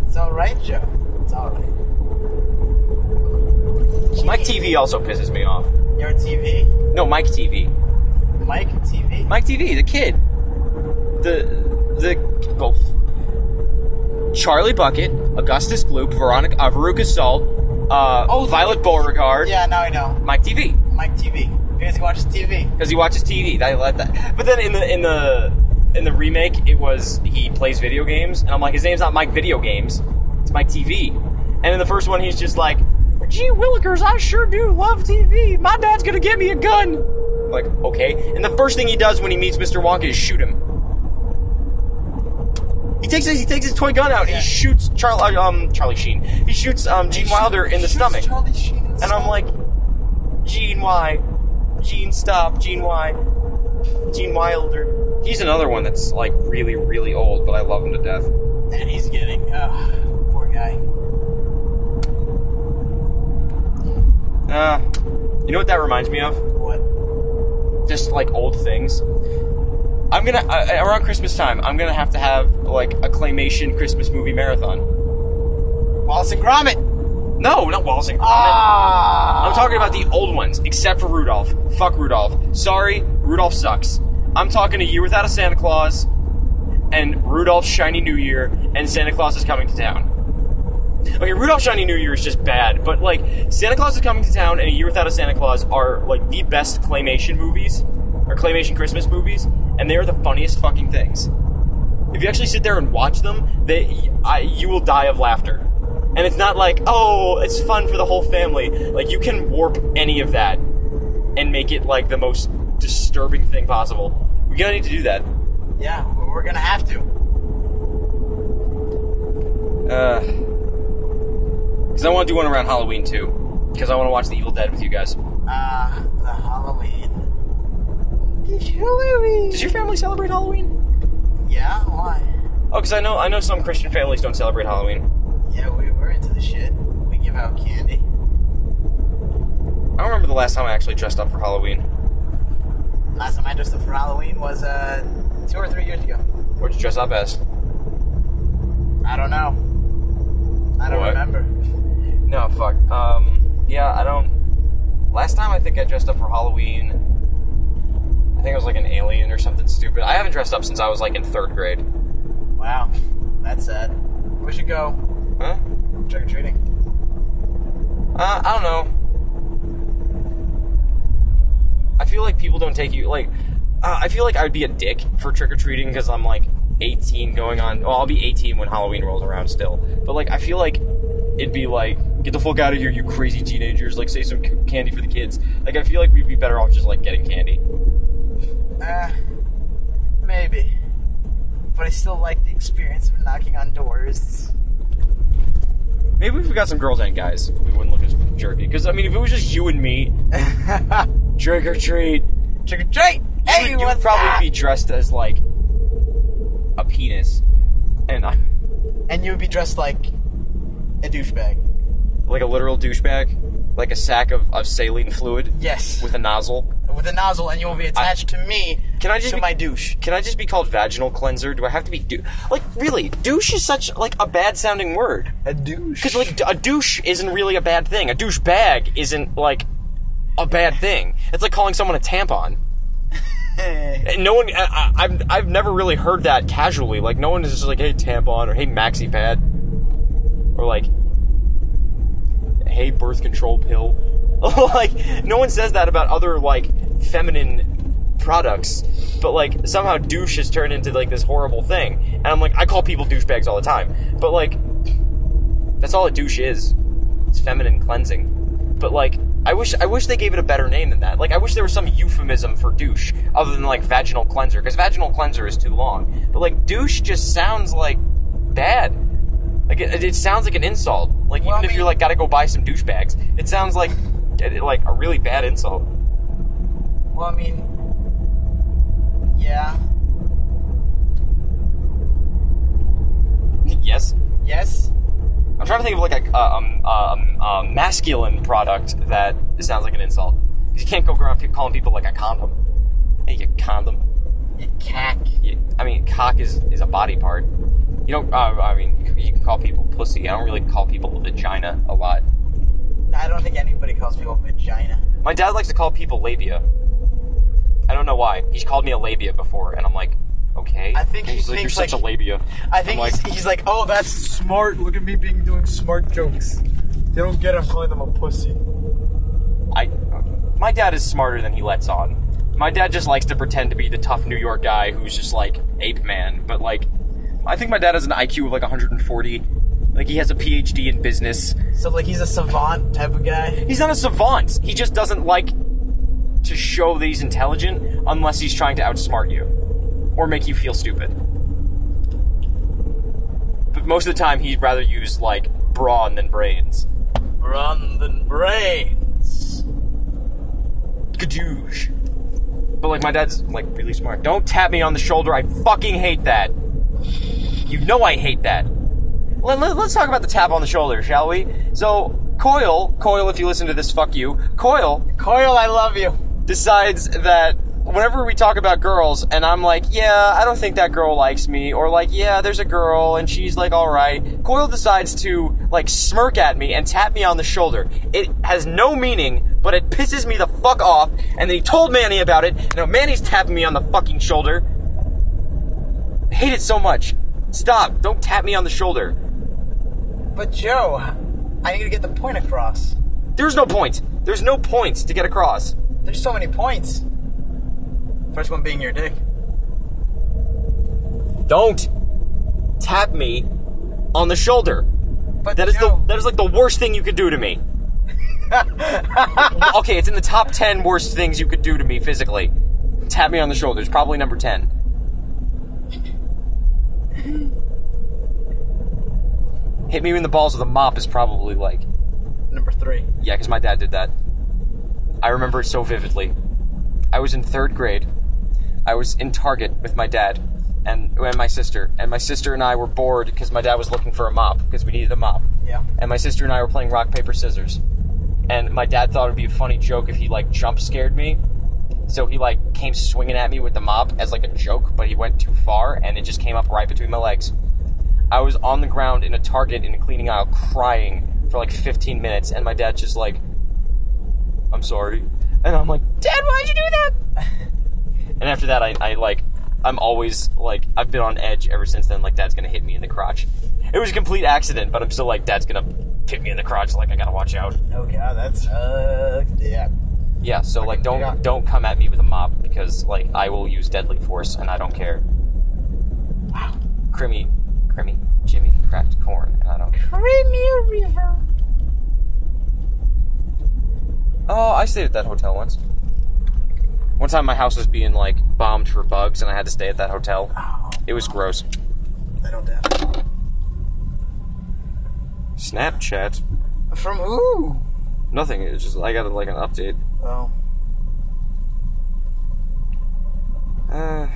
S3: It's all right, Joe. It's all right.
S2: Mike
S3: Jeez.
S2: TV also pisses me off.
S3: Your TV.
S2: No, Mike TV.
S3: Mike TV.
S2: Mike TV, the kid, the the well, Charlie Bucket, Augustus Gloop, Veronica uh, Veruca Salt, uh,
S3: Oh, the-
S2: Violet Beauregard,
S3: Yeah, now I know.
S2: Mike TV.
S3: Mike TV. Because he watches TV.
S2: because he watches TV. I like that. But then in the in the in the remake, it was he plays video games, and I'm like, his name's not Mike Video Games, it's Mike TV. And in the first one, he's just like, "Gee Willikers, I sure do love TV. My dad's gonna get me a gun." I'm like, okay. And the first thing he does when he meets Mr. Wonka is shoot him. He takes his he takes his toy gun out.
S3: Yeah.
S2: He shoots Charlie um Charlie Sheen. He shoots um Gene Wilder in the
S3: Shoots
S2: stomach.
S3: Charlie Sheen in
S2: And
S3: the
S2: I'm
S3: stomach.
S2: like, Gene Y. Gene, stop. Gene Y. Gene Wilder. He's another one that's like really, really old, but I love him to death.
S3: And he's getting, oh, poor guy.
S2: Uh, you know what that reminds me of?
S3: What?
S2: Just like old things. I'm gonna, uh, around Christmas time, I'm gonna have to have like a claymation Christmas movie marathon.
S3: Wallace and Gromit.
S2: No, not Wallace and Gromit.
S3: Ah,
S2: I'm talking about the old ones, except for Rudolph. Fuck Rudolph. Sorry, Rudolph sucks. I'm talking a year without a Santa Claus, and Rudolph's Shiny New Year, and Santa Claus is coming to town. Okay, Rudolph's Shiny New Year is just bad, but like Santa Claus is coming to town and A Year Without a Santa Claus are like the best claymation movies, or claymation Christmas movies, and they are the funniest fucking things. If you actually sit there and watch them, they, I, you will die of laughter. And it's not like, oh, it's fun for the whole family. Like, you can warp any of that and make it, like, the most disturbing thing possible. We're gonna need to do that.
S3: yeah, we're gonna have to.
S2: Because Uh, I want to do one around Halloween, too. Because I want to watch The Evil Dead with you guys.
S3: Ah, the Halloween. It's Halloween.
S2: Does your family celebrate Halloween?
S3: Yeah, why?
S2: Oh, because I know, I know some Christian families don't celebrate Halloween.
S3: Yeah, we, we're into the shit. We give out candy.
S2: I don't remember the last time I actually dressed up for Halloween.
S3: Last time I dressed up for Halloween was uh two or three years ago.
S2: What'd you dress up as?
S3: I don't know. I don't
S2: What?
S3: remember.
S2: No, fuck. Um, yeah, I don't. Last time I think I dressed up for Halloween. I think I was like an alien or something stupid. I haven't dressed up since I was like in third grade.
S3: Wow, that's sad. We should go
S2: Huh?
S3: trick or treating.
S2: Uh, I don't know. I feel like people don't take you like. Uh, I feel like I'd be a dick for trick or treating because I'm like 18 going on. Well, I'll be 18 when Halloween rolls around still. But like, I feel like it'd be like, get the fuck out of here, you crazy teenagers! Like, say some c- candy for the kids. Like, I feel like we'd be better off just like getting candy.
S3: Uh, maybe. But I still like the experience of knocking on doors.
S2: Maybe if we got some girls and guys, we wouldn't look as jerky. Because I mean, if it was just you and me,
S3: trick
S2: trick or treat,
S3: or treat. Hey,
S2: you would, you would
S3: what's
S2: probably
S3: up?
S2: be dressed as like a penis, and I
S3: And you would be dressed like a douchebag.
S2: like a literal douchebag, like a sack of, of saline fluid
S3: Yes.
S2: with a nozzle.
S3: with a nozzle, and you will be attached to me.
S2: Can I just
S3: to
S2: be-
S3: my douche?
S2: Can I just be called vaginal cleanser? Do I have to be dou- like really? Douche is such like a bad sounding word
S3: A douche.
S2: because like d- a douche isn't really a bad thing. A douchebag isn't like a bad thing. It's like calling someone a tampon. And no one, I, I, I've, I've never really heard that casually. Like, no one is just like, hey, tampon, or hey, maxi pad, or like, hey, birth control pill. like, no one says that about other, like, feminine products. But, like, somehow douche has turned into, like, this horrible thing. And I'm like, I call people douchebags all the time. But, like, that's all a douche is. It's feminine cleansing. But like, I wish I wish they gave it a better name than that. Like, I wish there was some euphemism for douche other than like vaginal cleanser, because vaginal cleanser is too long. But like, douche just sounds like bad. Like it, it sounds like an insult. Like even
S3: Well, I
S2: if you're
S3: mean-
S2: like gotta go buy some douchebags, it sounds like like a really bad insult.
S3: Well, I mean, yeah,
S2: yes.
S3: yes.
S2: I'm trying to think of like a, a, um, um, a masculine product that sounds like an insult. 'Cause You can't go around pe- calling people like a condom. Hey, you condom.
S3: You cack.
S2: you- I mean, cock is, is a body part. You don't. Uh, I mean, you can call people pussy. I don't really call people vagina a lot.
S3: I don't think anybody calls people vagina.
S2: My dad likes to call people labia. I don't know why. He's called me a labia before, and I'm like, okay.
S3: I think
S2: And
S3: he
S2: he's like, you're
S3: thinks,
S2: such a
S3: like-
S2: labia.
S3: I think
S2: I'm like,
S3: he's, he's like, oh, that's smart. Look at me being doing smart jokes. They don't get. it, I'm calling them a pussy.
S2: I. My dad is smarter than he lets on. My dad just likes to pretend to be the tough New York guy who's just like ape man, but like, I think my dad has an IQ of like 140. Like he has a PhD in business.
S3: So like, he's a savant type of guy.
S2: He's not a savant. He just doesn't like to show that he's intelligent unless he's trying to outsmart you or make you feel stupid. But most of the time, he'd rather use like brawn than brains.
S3: Run than brains.
S2: Gadoosh. But like, my dad's like really smart. Don't tap me on the shoulder. I fucking hate that. You know I hate that. Let, let, us talk about the tap on the shoulder, shall we? So, Coil, Coil, if you listen to this, fuck you. Coil
S3: Coil, I love you.
S2: decides that whenever we talk about girls, and I'm like, yeah, I don't think that girl likes me, or like, yeah, there's a girl, and she's like, all right. Coyle decides to like smirk at me and tap me on the shoulder. It has no meaning, but it pisses me the fuck off. And then he told Manny about it. and Now Manny's tapping me on the fucking shoulder. I hate it so much. Stop! Don't tap me on the shoulder.
S3: But Joe, I need to get the point across.
S2: There's no point. There's no points to get across.
S3: There's so many points. First one being your dick.
S2: Don't tap me on the shoulder.
S3: But
S2: That is
S3: Joe,
S2: the that is like the worst thing you could do to me. okay, it's in the top ten worst things you could do to me physically. Tap me on the shoulders, probably number ten. Hit me in the balls with a mop is probably like
S3: number three.
S2: yeah, because my dad did that. I remember it so vividly. I was in third grade. I was in Target with my dad and, and my sister. And my sister and I were bored because my dad was looking for a mop because we needed a mop.
S3: Yeah.
S2: And my sister and I were playing rock, paper, scissors. And my dad thought it would be a funny joke if he, like, jump scared me. So he, like, came swinging at me with the mop as, like, a joke, but he went too far and it just came up right between my legs. I was on the ground in a Target in a cleaning aisle crying for like 15 minutes, and my dad's just like, I'm sorry. And I'm like, Dad, why'd you do that? and after that, I, I like, I'm always like, I've been on edge ever since then, like, Dad's gonna hit me in the crotch. It was a complete accident, but I'm still like, Dad's gonna hit me in the crotch, like, I gotta watch out.
S3: Oh god, that's uh yeah.
S2: Yeah, so like, don't
S3: yeah.
S2: don't come at me with a mop because like I will use deadly force and I don't care.
S3: Wow.
S2: Crimmy, crimmy, Jimmy cracked corn and I don't. care.
S3: Premier River.
S2: Oh, I stayed at that hotel once. One time my house was being like bombed for bugs and I had to stay at that hotel.
S3: Oh,
S2: It was gross.
S3: I don't doubt.
S2: Snapchat.
S3: From who?
S2: Nothing. It's just I got like an update.
S3: Oh.
S2: Uh,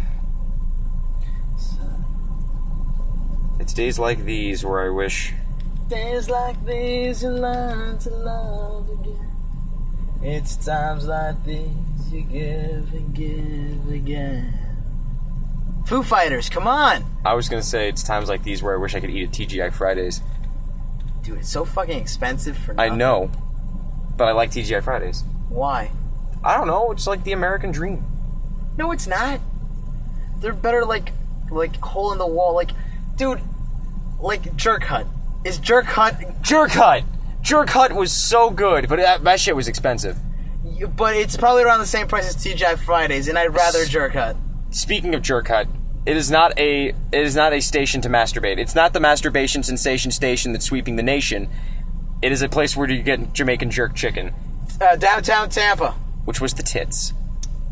S2: it's days like these where I wish.
S3: Days like these you learn to love again. It's times like these you give and give again. Foo Fighters, come on!
S2: I was gonna say it's times like these where I wish I could eat at TGI Fridays.
S3: Dude, it's so fucking expensive for
S2: I
S3: nothing.
S2: know, but I like TGI Fridays.
S3: Why?
S2: I don't know. It's like the American dream.
S3: No, it's not. They're better like like hole in the wall, like dude, like Jerk Hut. Is Jerk Hut
S2: Jerk Hut. Jerk Hut was so good, but that, that shit was expensive.
S3: but it's probably around the same price as TGI Fridays, and I'd rather Jerk Hut.
S2: Speaking of Jerk Hut, it is not a it is not a station to masturbate. It's not the masturbation sensation station that's sweeping the nation. It is a place where you get Jamaican jerk chicken,
S3: Uh, downtown Tampa.
S2: which was the tits.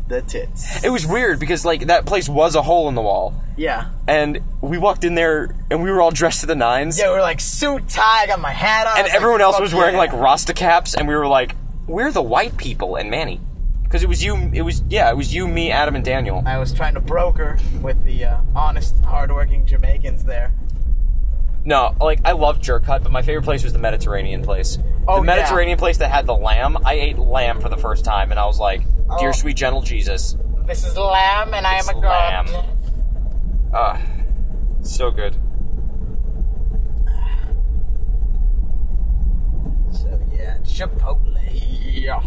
S3: The tits.
S2: It was weird because like that place was a hole in the wall,
S3: Yeah.
S2: and we walked in there and we were all dressed to the nines.
S3: Yeah, we were like suit tie, I got my hat on. I
S2: and
S3: was
S2: everyone
S3: like,
S2: else
S3: fuck
S2: was wearing
S3: yeah.
S2: like Rasta caps, and we were like, "We're the white people," and Manny, because it was you. It was yeah, it was you, me, Adam, and Daniel.
S3: I was trying to broker with the uh, honest, hardworking Jamaicans there.
S2: No, like I love Jerk Hut, but my favorite place was the Mediterranean place.
S3: Oh,
S2: the
S3: yeah.
S2: Mediterranean place that had the lamb. I ate lamb for the first time, and I was like, "Dear
S3: Oh.
S2: sweet gentle Jesus,
S3: This is lamb, and I
S2: It's
S3: am a
S2: lamb.
S3: god.
S2: ah, so good."
S3: So yeah, Chipotle. Yeah.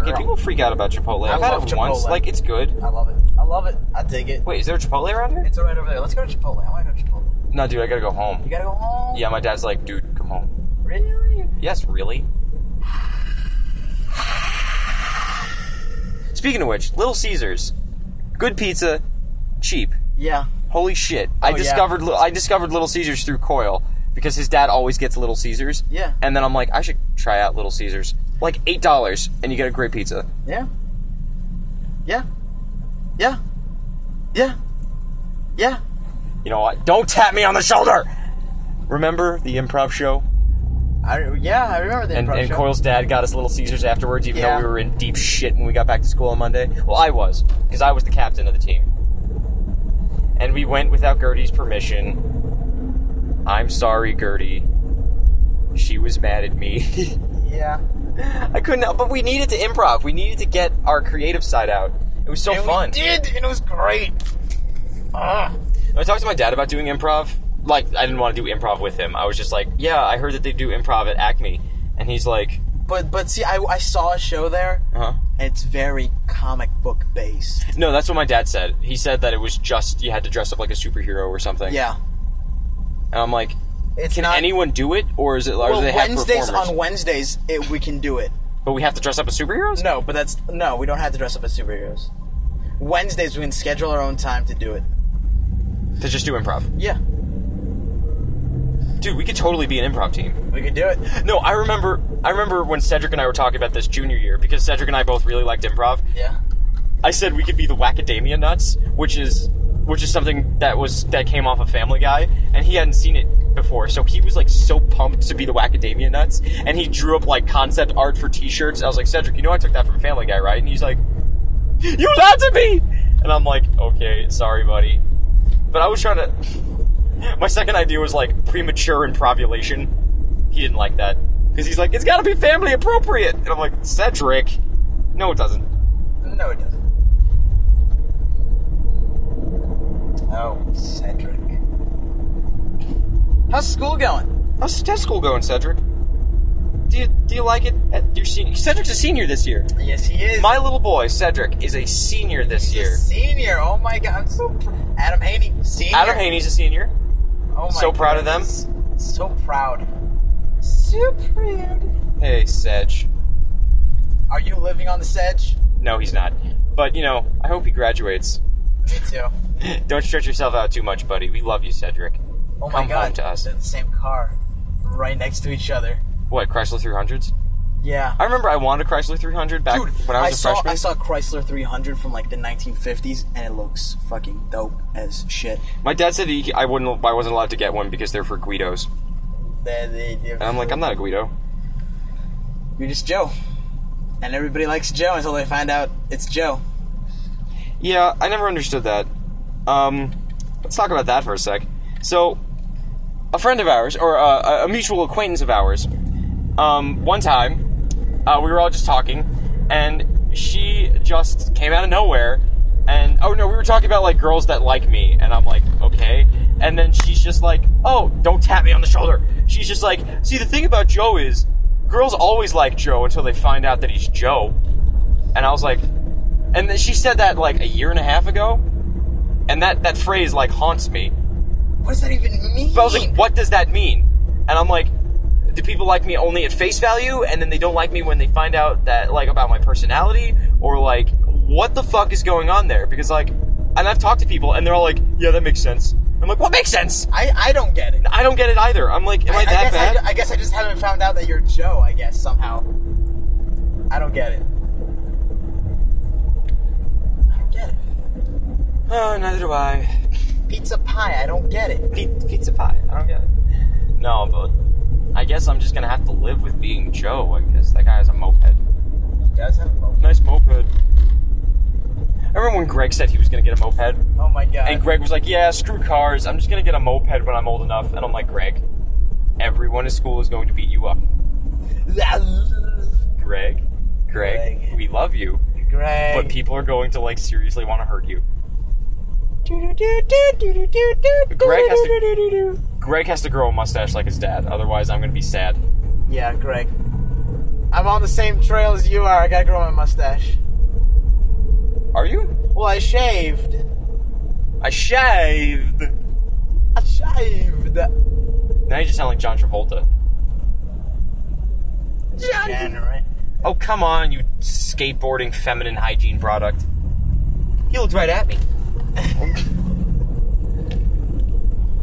S2: Okay, people freak out about Chipotle.
S3: I
S2: I've had
S3: love
S2: it once.
S3: Chipotle.
S2: Like it's good.
S3: I love it. I love it. I dig it.
S2: Wait, is there a Chipotle around here?
S3: It's all right over there. Let's go to Chipotle. I want to go to Chipotle.
S2: No, dude, I gotta go home.
S3: You gotta go home.
S2: Yeah, my dad's like, "Dude, come home."
S3: Really?
S2: Yes, really. Speaking of which, Little Caesars, good pizza, cheap.
S3: Yeah.
S2: Holy shit!
S3: Oh,
S2: I
S3: yeah.
S2: discovered Li- I discovered Little Caesars through Coil because his dad always gets Little Caesars.
S3: Yeah.
S2: And then I'm like, I should try out Little Caesars. Like eight dollars, and you get a great pizza.
S3: Yeah. Yeah. Yeah. Yeah. Yeah.
S2: You know what? Don't tap me on the shoulder. Remember the improv show?
S3: I yeah I remember the
S2: And,
S3: improv
S2: and
S3: show.
S2: Coyle's dad got us Little Caesars afterwards, even
S3: Yeah.
S2: though we were in deep shit when we got back to school on Monday. Well, I was, because I was the captain of the team. And we went without Gertie's permission. I'm sorry, Gertie. She was mad at me.
S3: Yeah.
S2: I couldn't help, but we needed to improv. We needed to get our creative side out. It was so
S3: and
S2: fun.
S3: We did, and it was great. Ah,
S2: I talked to my dad about doing improv. Like, I didn't want to do improv with him. I was just like, yeah, I heard that they do improv at Acme. And he's like, "Uh-huh."
S3: but but see, I, I saw a show there.
S2: huh?
S3: And it's very comic book based.
S2: No, that's what my dad said. He said that it was just you had to dress up like a superhero or something.
S3: Yeah,
S2: And I'm like,
S3: it's
S2: can
S3: not.
S2: anyone do it, or is it? Or
S3: well,
S2: do they have
S3: Wednesdays
S2: performers?
S3: on Wednesdays it, we can do it.
S2: but we have to dress up as superheroes.
S3: No, but that's no. We don't have to dress up as superheroes. Wednesdays we can schedule our own time to do it.
S2: to just do improv.
S3: Yeah,
S2: Dude, we could totally be an improv team.
S3: we could do it.
S2: No, I remember. I remember when Cedric and I were talking about this junior year because Cedric and I both really liked improv.
S3: Yeah.
S2: I said we could be the Wackadamia Nuts, which is which is something that was that came off of Family Guy, and he hadn't seen it before, so he was like so pumped to be the Wackadamia Nuts, and he drew up like concept art for T-shirts. I was like, Cedric, you know I took that from Family Guy, right? And he's like, You lied to me, and I'm like, Okay, sorry, buddy, but I was trying to. My second idea was like premature improvulation. He didn't like that because he's like, It's got to be family appropriate, and I'm like, Cedric, no, it doesn't.
S3: No, it doesn't. Oh, Cedric. How's school going?
S2: How's how's school going, Cedric? Do you do you like it? At your senior, Cedric's a senior this year.
S3: Yes, he is.
S2: My little boy, Cedric, is a senior this
S3: He's a
S2: year.
S3: senior. Oh my god, I'm so pr- Adam Haney, senior.
S2: Adam Haney's a senior.
S3: Oh my
S2: so proud of them.
S3: goodness. So proud. So proud.
S2: Hey, Sedge.
S3: Are you living on the sedge?
S2: No, he's not. But you know, I hope he graduates.
S3: Me too.
S2: Don't stretch yourself out too much, buddy. We love you, Cedric.
S3: Oh my
S2: Come
S3: god.
S2: home to us.
S3: They're in the same car, right next to each other.
S2: What Chrysler 300s?
S3: Yeah.
S2: I remember I wanted a Chrysler 300 back
S3: Dude,
S2: when I was a
S3: saw
S2: freshman.
S3: I saw a Chrysler 300 from like the 1950s, and it looks fucking dope as shit.
S2: My dad said he, I wouldn't, I wasn't allowed to get one because they're for Guidos,
S3: They- they- they-
S2: and I'm like, I'm not a Guido.
S3: you're just Joe, and everybody likes Joe until they find out it's Joe.
S2: Yeah, I never understood that. Um, let's talk about that for a sec. So, a friend of ours, or uh, a, a mutual acquaintance of ours, um, one time, uh, we were all just talking, and she just came out of nowhere, and oh no, we were talking about like girls that like me, and I'm like, okay. And then she's just like, oh, don't tap me on the shoulder. She's just like, see, the thing about Joe is, girls always like Joe until they find out that he's Joe. And I was like, and then she said that like a year and a half ago, and that that phrase like haunts me.
S3: What does that even mean?
S2: But I was like, what does that mean? And I'm like, do people like me only at face value, and then they don't like me when they find out that like about my personality, or like what the fuck is going on there? Because like, and I've talked to people, and they're all like, yeah, that makes sense. I'm like, what makes sense?
S3: I I don't get it.
S2: I don't get it either. I'm like, am I,
S3: I,
S2: that
S3: guess
S2: bad?
S3: I, I guess I just haven't found out that you're Joe. I guess somehow. I don't get it. I don't get it.
S2: oh, neither do I.
S3: Pizza pie. I don't get it.
S2: Pi- Pizza pie. I don't get it. No, but I guess I'm just gonna have to live with being Joe. I guess that guy has a moped.
S3: Does have a moment.
S2: Nice moped. I remember when Greg said he was gonna get a moped,
S3: Oh my god.
S2: and Greg was like, "Yeah, screw cars. I'm just gonna get a moped when I'm old enough." And I'm like, "Greg, everyone at school is going to beat you up." Greg, Greg,
S3: Greg.
S2: we love you,
S3: Greg.
S2: but people are going to like seriously want to hurt you. Greg has to. Greg has to grow a mustache like his dad, otherwise I'm gonna be sad.
S3: Yeah, Greg. I'm on the same trail as you are. I gotta grow my mustache.
S2: Are you?
S3: Well, I shaved.
S2: I shaved.
S3: I shaved.
S2: Now you just sound like John Travolta.
S3: Degenerate.
S2: Oh, come on, you skateboarding feminine hygiene product. He looked right at me.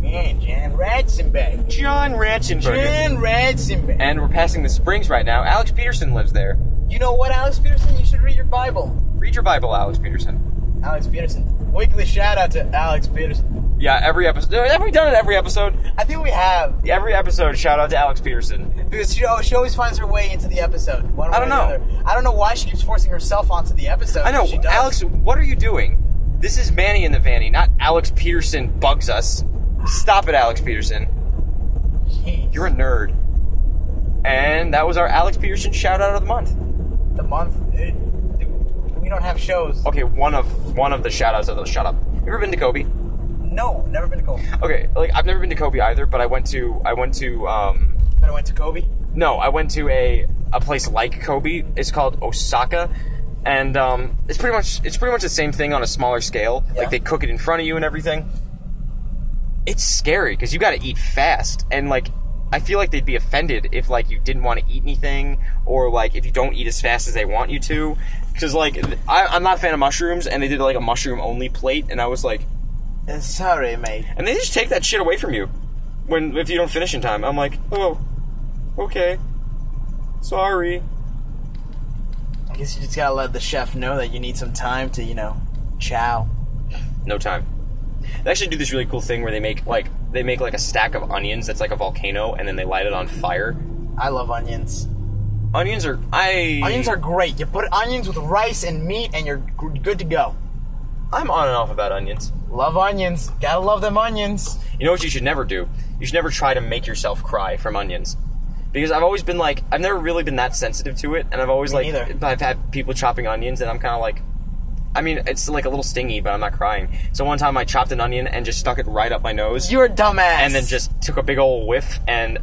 S3: Man, Jan Ratzenberg.
S2: John Ratzenberger.
S3: Jan Ratzenberg.
S2: And we're passing the Springs right now. Alex Peterson lives there.
S3: you know what, Alex Peterson? You should read your Bible.
S2: Read your Bible, Alex Peterson.
S3: Alex Peterson. Weekly shout out to Alex Peterson.
S2: Yeah, every episode. Have we done it every episode?
S3: I think we have.
S2: Every episode, shout out to Alex Peterson.
S3: Because she, she always finds her way into the episode. One way
S2: I don't
S3: or
S2: know.
S3: the other. I don't know why she keeps forcing herself onto the episode.
S2: I know,
S3: She does.
S2: Alex, what are you doing? This is Manny in the Vanny, not Alex Peterson bugs us. Stop it, Alex Peterson.
S3: Jeez.
S2: You're a nerd. And that was our Alex Peterson shout out of the month.
S3: the month. It, we we don't have shows.
S2: Okay, one of one of the shout outs of those. Shut up. You ever been to Kobe?
S3: No, never been to Kobe.
S2: Okay, like I've never been to Kobe either, but I went to I went to um
S3: But I went to Kobe.
S2: no, I went to a a place like Kobe. It's called Osaka. And um, it's pretty much it's pretty much the same thing on a smaller scale.
S3: Yeah.
S2: Like they cook it in front of you and everything. It's scary because you got to eat fast, and like I feel like they'd be offended if like you didn't want to eat anything, or like if you don't eat as fast as they want you to. Because like I, I'm not a fan of mushrooms, and they did like a mushroom only plate, and I was like,
S3: Uh, Sorry, mate.
S2: and they just take that shit away from you when if you don't finish in time. I'm like, oh, okay, sorry.
S3: I guess you just gotta let the chef know that you need some time to, you know, chow.
S2: No time. They actually do this really cool thing where they make like they make like a stack of onions that's like a volcano, and then they light it on fire.
S3: I love onions.
S2: Onions are I
S3: Onions are great. You put onions with rice and meat, and you're g- good to go.
S2: I'm on and off about onions.
S3: Love onions. Gotta love them onions.
S2: You know what you should never do? You should never try to make yourself cry from onions. Because I've always been like, I've never really been that sensitive to it, and I've always
S3: Me
S2: like,
S3: neither.
S2: I've had people chopping onions, and I'm kind of like, I mean, it's like a little stingy, but I'm not crying. So one time I chopped an onion and just stuck it right up my nose,
S3: You're a dumbass.
S2: and then just took a big old whiff, and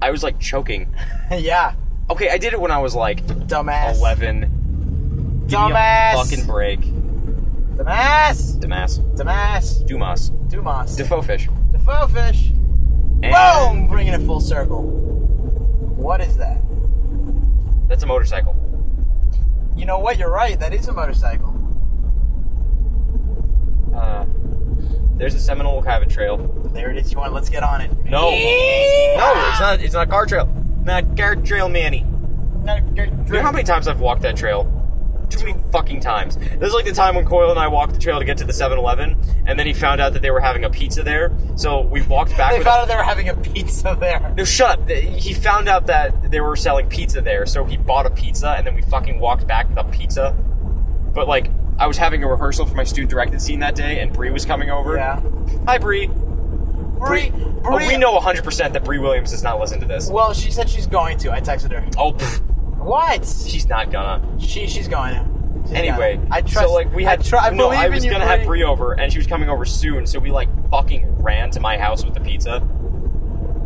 S2: I was like choking.
S3: yeah,
S2: Okay, I did it when I was like
S3: dumbass.
S2: Oh, 11. Give me a
S3: Dumbass.
S2: fucking break,
S3: Dumbass.
S2: Damas,
S3: Dumbass.
S2: Dumas,
S3: Dumas.
S2: Defoe fish.
S3: Defoe fish.
S2: And
S3: Boom! Bringing it full circle. What is that?
S2: That's a motorcycle.
S3: You know what? You're right. That is a motorcycle.
S2: Uh, there's the Seminole Cavett Trail.
S3: There it is. You want? Let's get on it.
S2: No. No, it's not. It's not car trail. Not car trail, Manny. You know how many times I've walked that trail? Too many fucking times. This is like the time when Coyle and I walked the trail to get to the 7-Eleven, and then he found out that they were having a pizza there. So we walked back.
S3: They
S2: with
S3: found out they were having a pizza there.
S2: no, shut up. He found out that they were selling pizza there, so he bought a pizza, and then we fucking walked back with a pizza. But like, I was having a rehearsal for my student directed scene that day, and Bree was coming over.
S3: Yeah.
S2: Hi, Bree.
S3: Bree,
S2: Oh,
S3: Bree.
S2: we know 100% that Bree Williams does not listen to this.
S3: Well, she said she's going to. I texted her.
S2: Oh, pfft.
S3: What?
S2: She's not gonna.
S3: She she's going to. She's
S2: Anyway,
S3: going to. I trust.
S2: So like we had.
S3: I, tr- I
S2: no,
S3: believe
S2: I
S3: in
S2: was
S3: you,
S2: gonna
S3: Bree.
S2: have Bree over, and she was coming over soon. So we like fucking ran to my house with the pizza.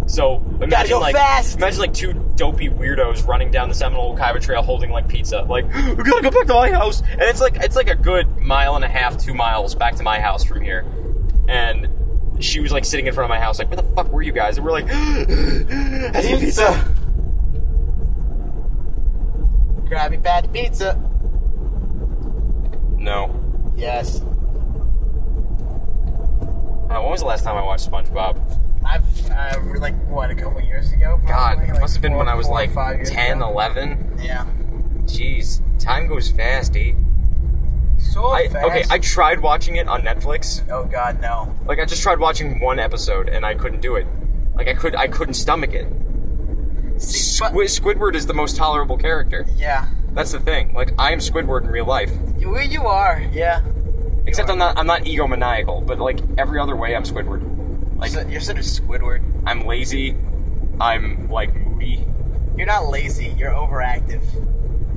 S2: So imagine
S3: go
S2: like
S3: fast.
S2: imagine like two dopey weirdos running down the Seminole Kaiba Trail holding like pizza. Like we gotta go back to my house, and it's like it's like a good mile and a half, two miles back to my house from here, and. She was like sitting in front of my house, like, "Where the fuck were you guys?" And we're like, "I need pizza."
S3: Grab your bad pizza.
S2: No.
S3: Yes.
S2: Uh, when was the last time I watched SpongeBob?
S3: I've uh, like what a couple years ago. Probably,
S2: God,
S3: like
S2: it must have been
S3: four-
S2: when I was
S3: four or
S2: like
S3: five years
S2: 10,
S3: ago.
S2: 11.
S3: Yeah.
S2: Jeez, time goes fast, eh?
S3: So
S2: I,
S3: fast.
S2: okay, I tried watching it on Netflix.
S3: Oh God, no.
S2: Like I just tried watching one episode and I couldn't do it. Like I could I couldn't stomach it.
S3: See, but-
S2: Squid, Squidward is the most tolerable character.
S3: yeah.
S2: That's the thing. Like I am Squidward in real life.
S3: You, well, you are. Yeah.
S2: Except I'm not I'm not egomaniacal, but like every other way I'm Squidward.
S3: Like you're such a Squidward.
S2: I'm lazy. I'm like moody.
S3: You're not lazy. You're overactive.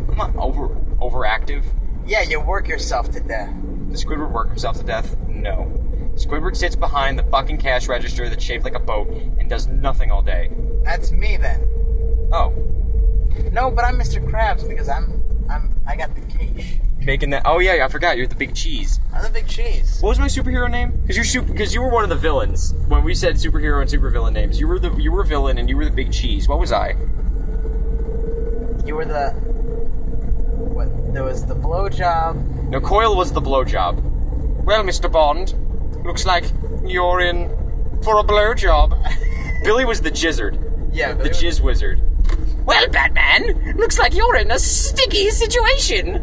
S2: I'm not over overactive.
S3: Yeah, you work yourself to death.
S2: Does Squidward work himself to death? No. Squidward sits behind the fucking cash register that's shaped like a boat and does nothing all day.
S3: That's me then.
S2: Oh,
S3: No, but I'm Mr. Krabs because I'm I'm I got the quiche.
S2: making that. Oh yeah, yeah, I forgot. You're the big cheese.
S3: I'm the big cheese.
S2: What was my superhero name? Because you're super. Because you were one of the villains when we said superhero and supervillain names. You were the you were a villain and you were the big cheese. What was I?
S3: You were the what? There was the blowjob.
S2: No, Coil was the blowjob. Well, Mr. Bond, looks like you're in for a blowjob. Billy was the jizzard.
S3: Yeah,
S2: The Jizz Wizard. Well, Batman, looks like you're in a sticky situation.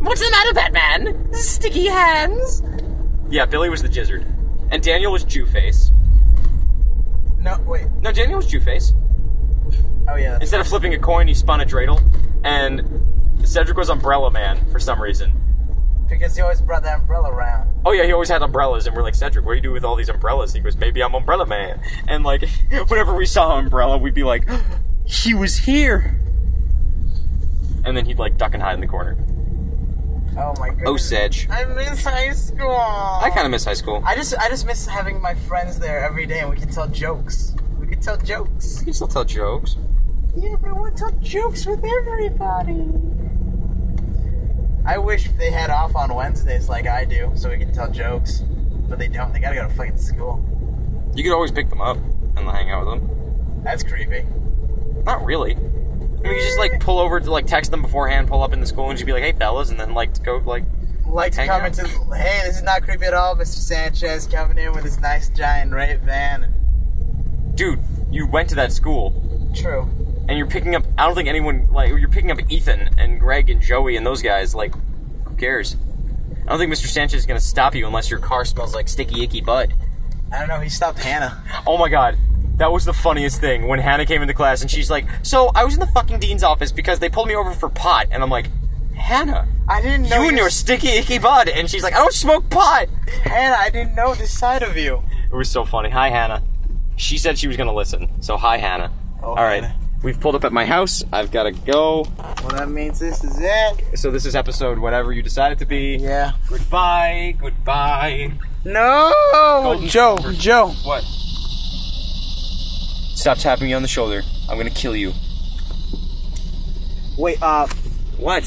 S2: What's the matter, Batman? Sticky hands? Yeah, Billy was the Jizzard. And Daniel was Jewface.
S3: No, wait.
S2: No, Daniel was Jewface.
S3: Oh yeah. that's-
S2: Instead of flipping a coin, he spun a dreidel. And Cedric was Umbrella Man for some reason.
S3: Because you always brought that umbrella around.
S2: Oh yeah, he always had umbrellas, and we're like, Cedric, what do you do with all these umbrellas? He goes, maybe I'm Umbrella Man. And like, whenever we saw Umbrella, we'd be like, he was here. And then he'd like duck and hide in the corner.
S3: Oh my goodness.
S2: Oh, Sedge.
S3: I miss high school.
S2: I kind of miss high school.
S3: I just I just miss having my friends there every day, and we can tell jokes. We can tell jokes.
S2: You can still tell jokes.
S3: Yeah, but I want to tell jokes with everybody. I wish they had off on Wednesdays like I do, so we can tell jokes. But they don't. They gotta go to fucking school.
S2: You could always pick them up and hang out with them.
S3: That's creepy.
S2: Not really. I mean, you just like pull over to like text them beforehand, pull up in the school, and just be like, "Hey, fellas," and then like go like,
S3: Like to
S2: Hang
S3: come
S2: out.
S3: into. Hey, this is not creepy at all, Mr. Sanchez coming in with his nice giant rape van. And,
S2: "Dude, you went to that school,
S3: true.
S2: and you're picking up. I don't think anyone like you're picking up Ethan and Greg and Joey and those guys. Like, who cares? I don't think Mr. Sanchez is gonna stop you unless your car smells like sticky icky butt.
S3: I don't know. He stopped Hannah.
S2: Oh my god. That was the funniest thing when Hannah came into class and she's like, So I was in the fucking dean's office because they pulled me over for pot. And I'm like, Hannah,
S3: I didn't know
S2: you and
S3: your
S2: your sticky icky bud. And she's like, I don't smoke pot.
S3: Hannah. I didn't know this side of you.
S2: It was so funny. Hi, Hannah. She said she was going to listen. So hi, Hannah.
S3: Oh,
S2: All right.
S3: Hannah.
S2: We've pulled up at my house. I've got to go.
S3: Well, that means this is it.
S2: So this is episode whatever you decide it to be.
S3: Yeah.
S2: Goodbye. Goodbye.
S3: No,
S2: Golden
S3: Joe. Joe.
S2: What? Stop tapping me on the shoulder. I'm going to kill you.
S3: Wait. Uh.
S2: What?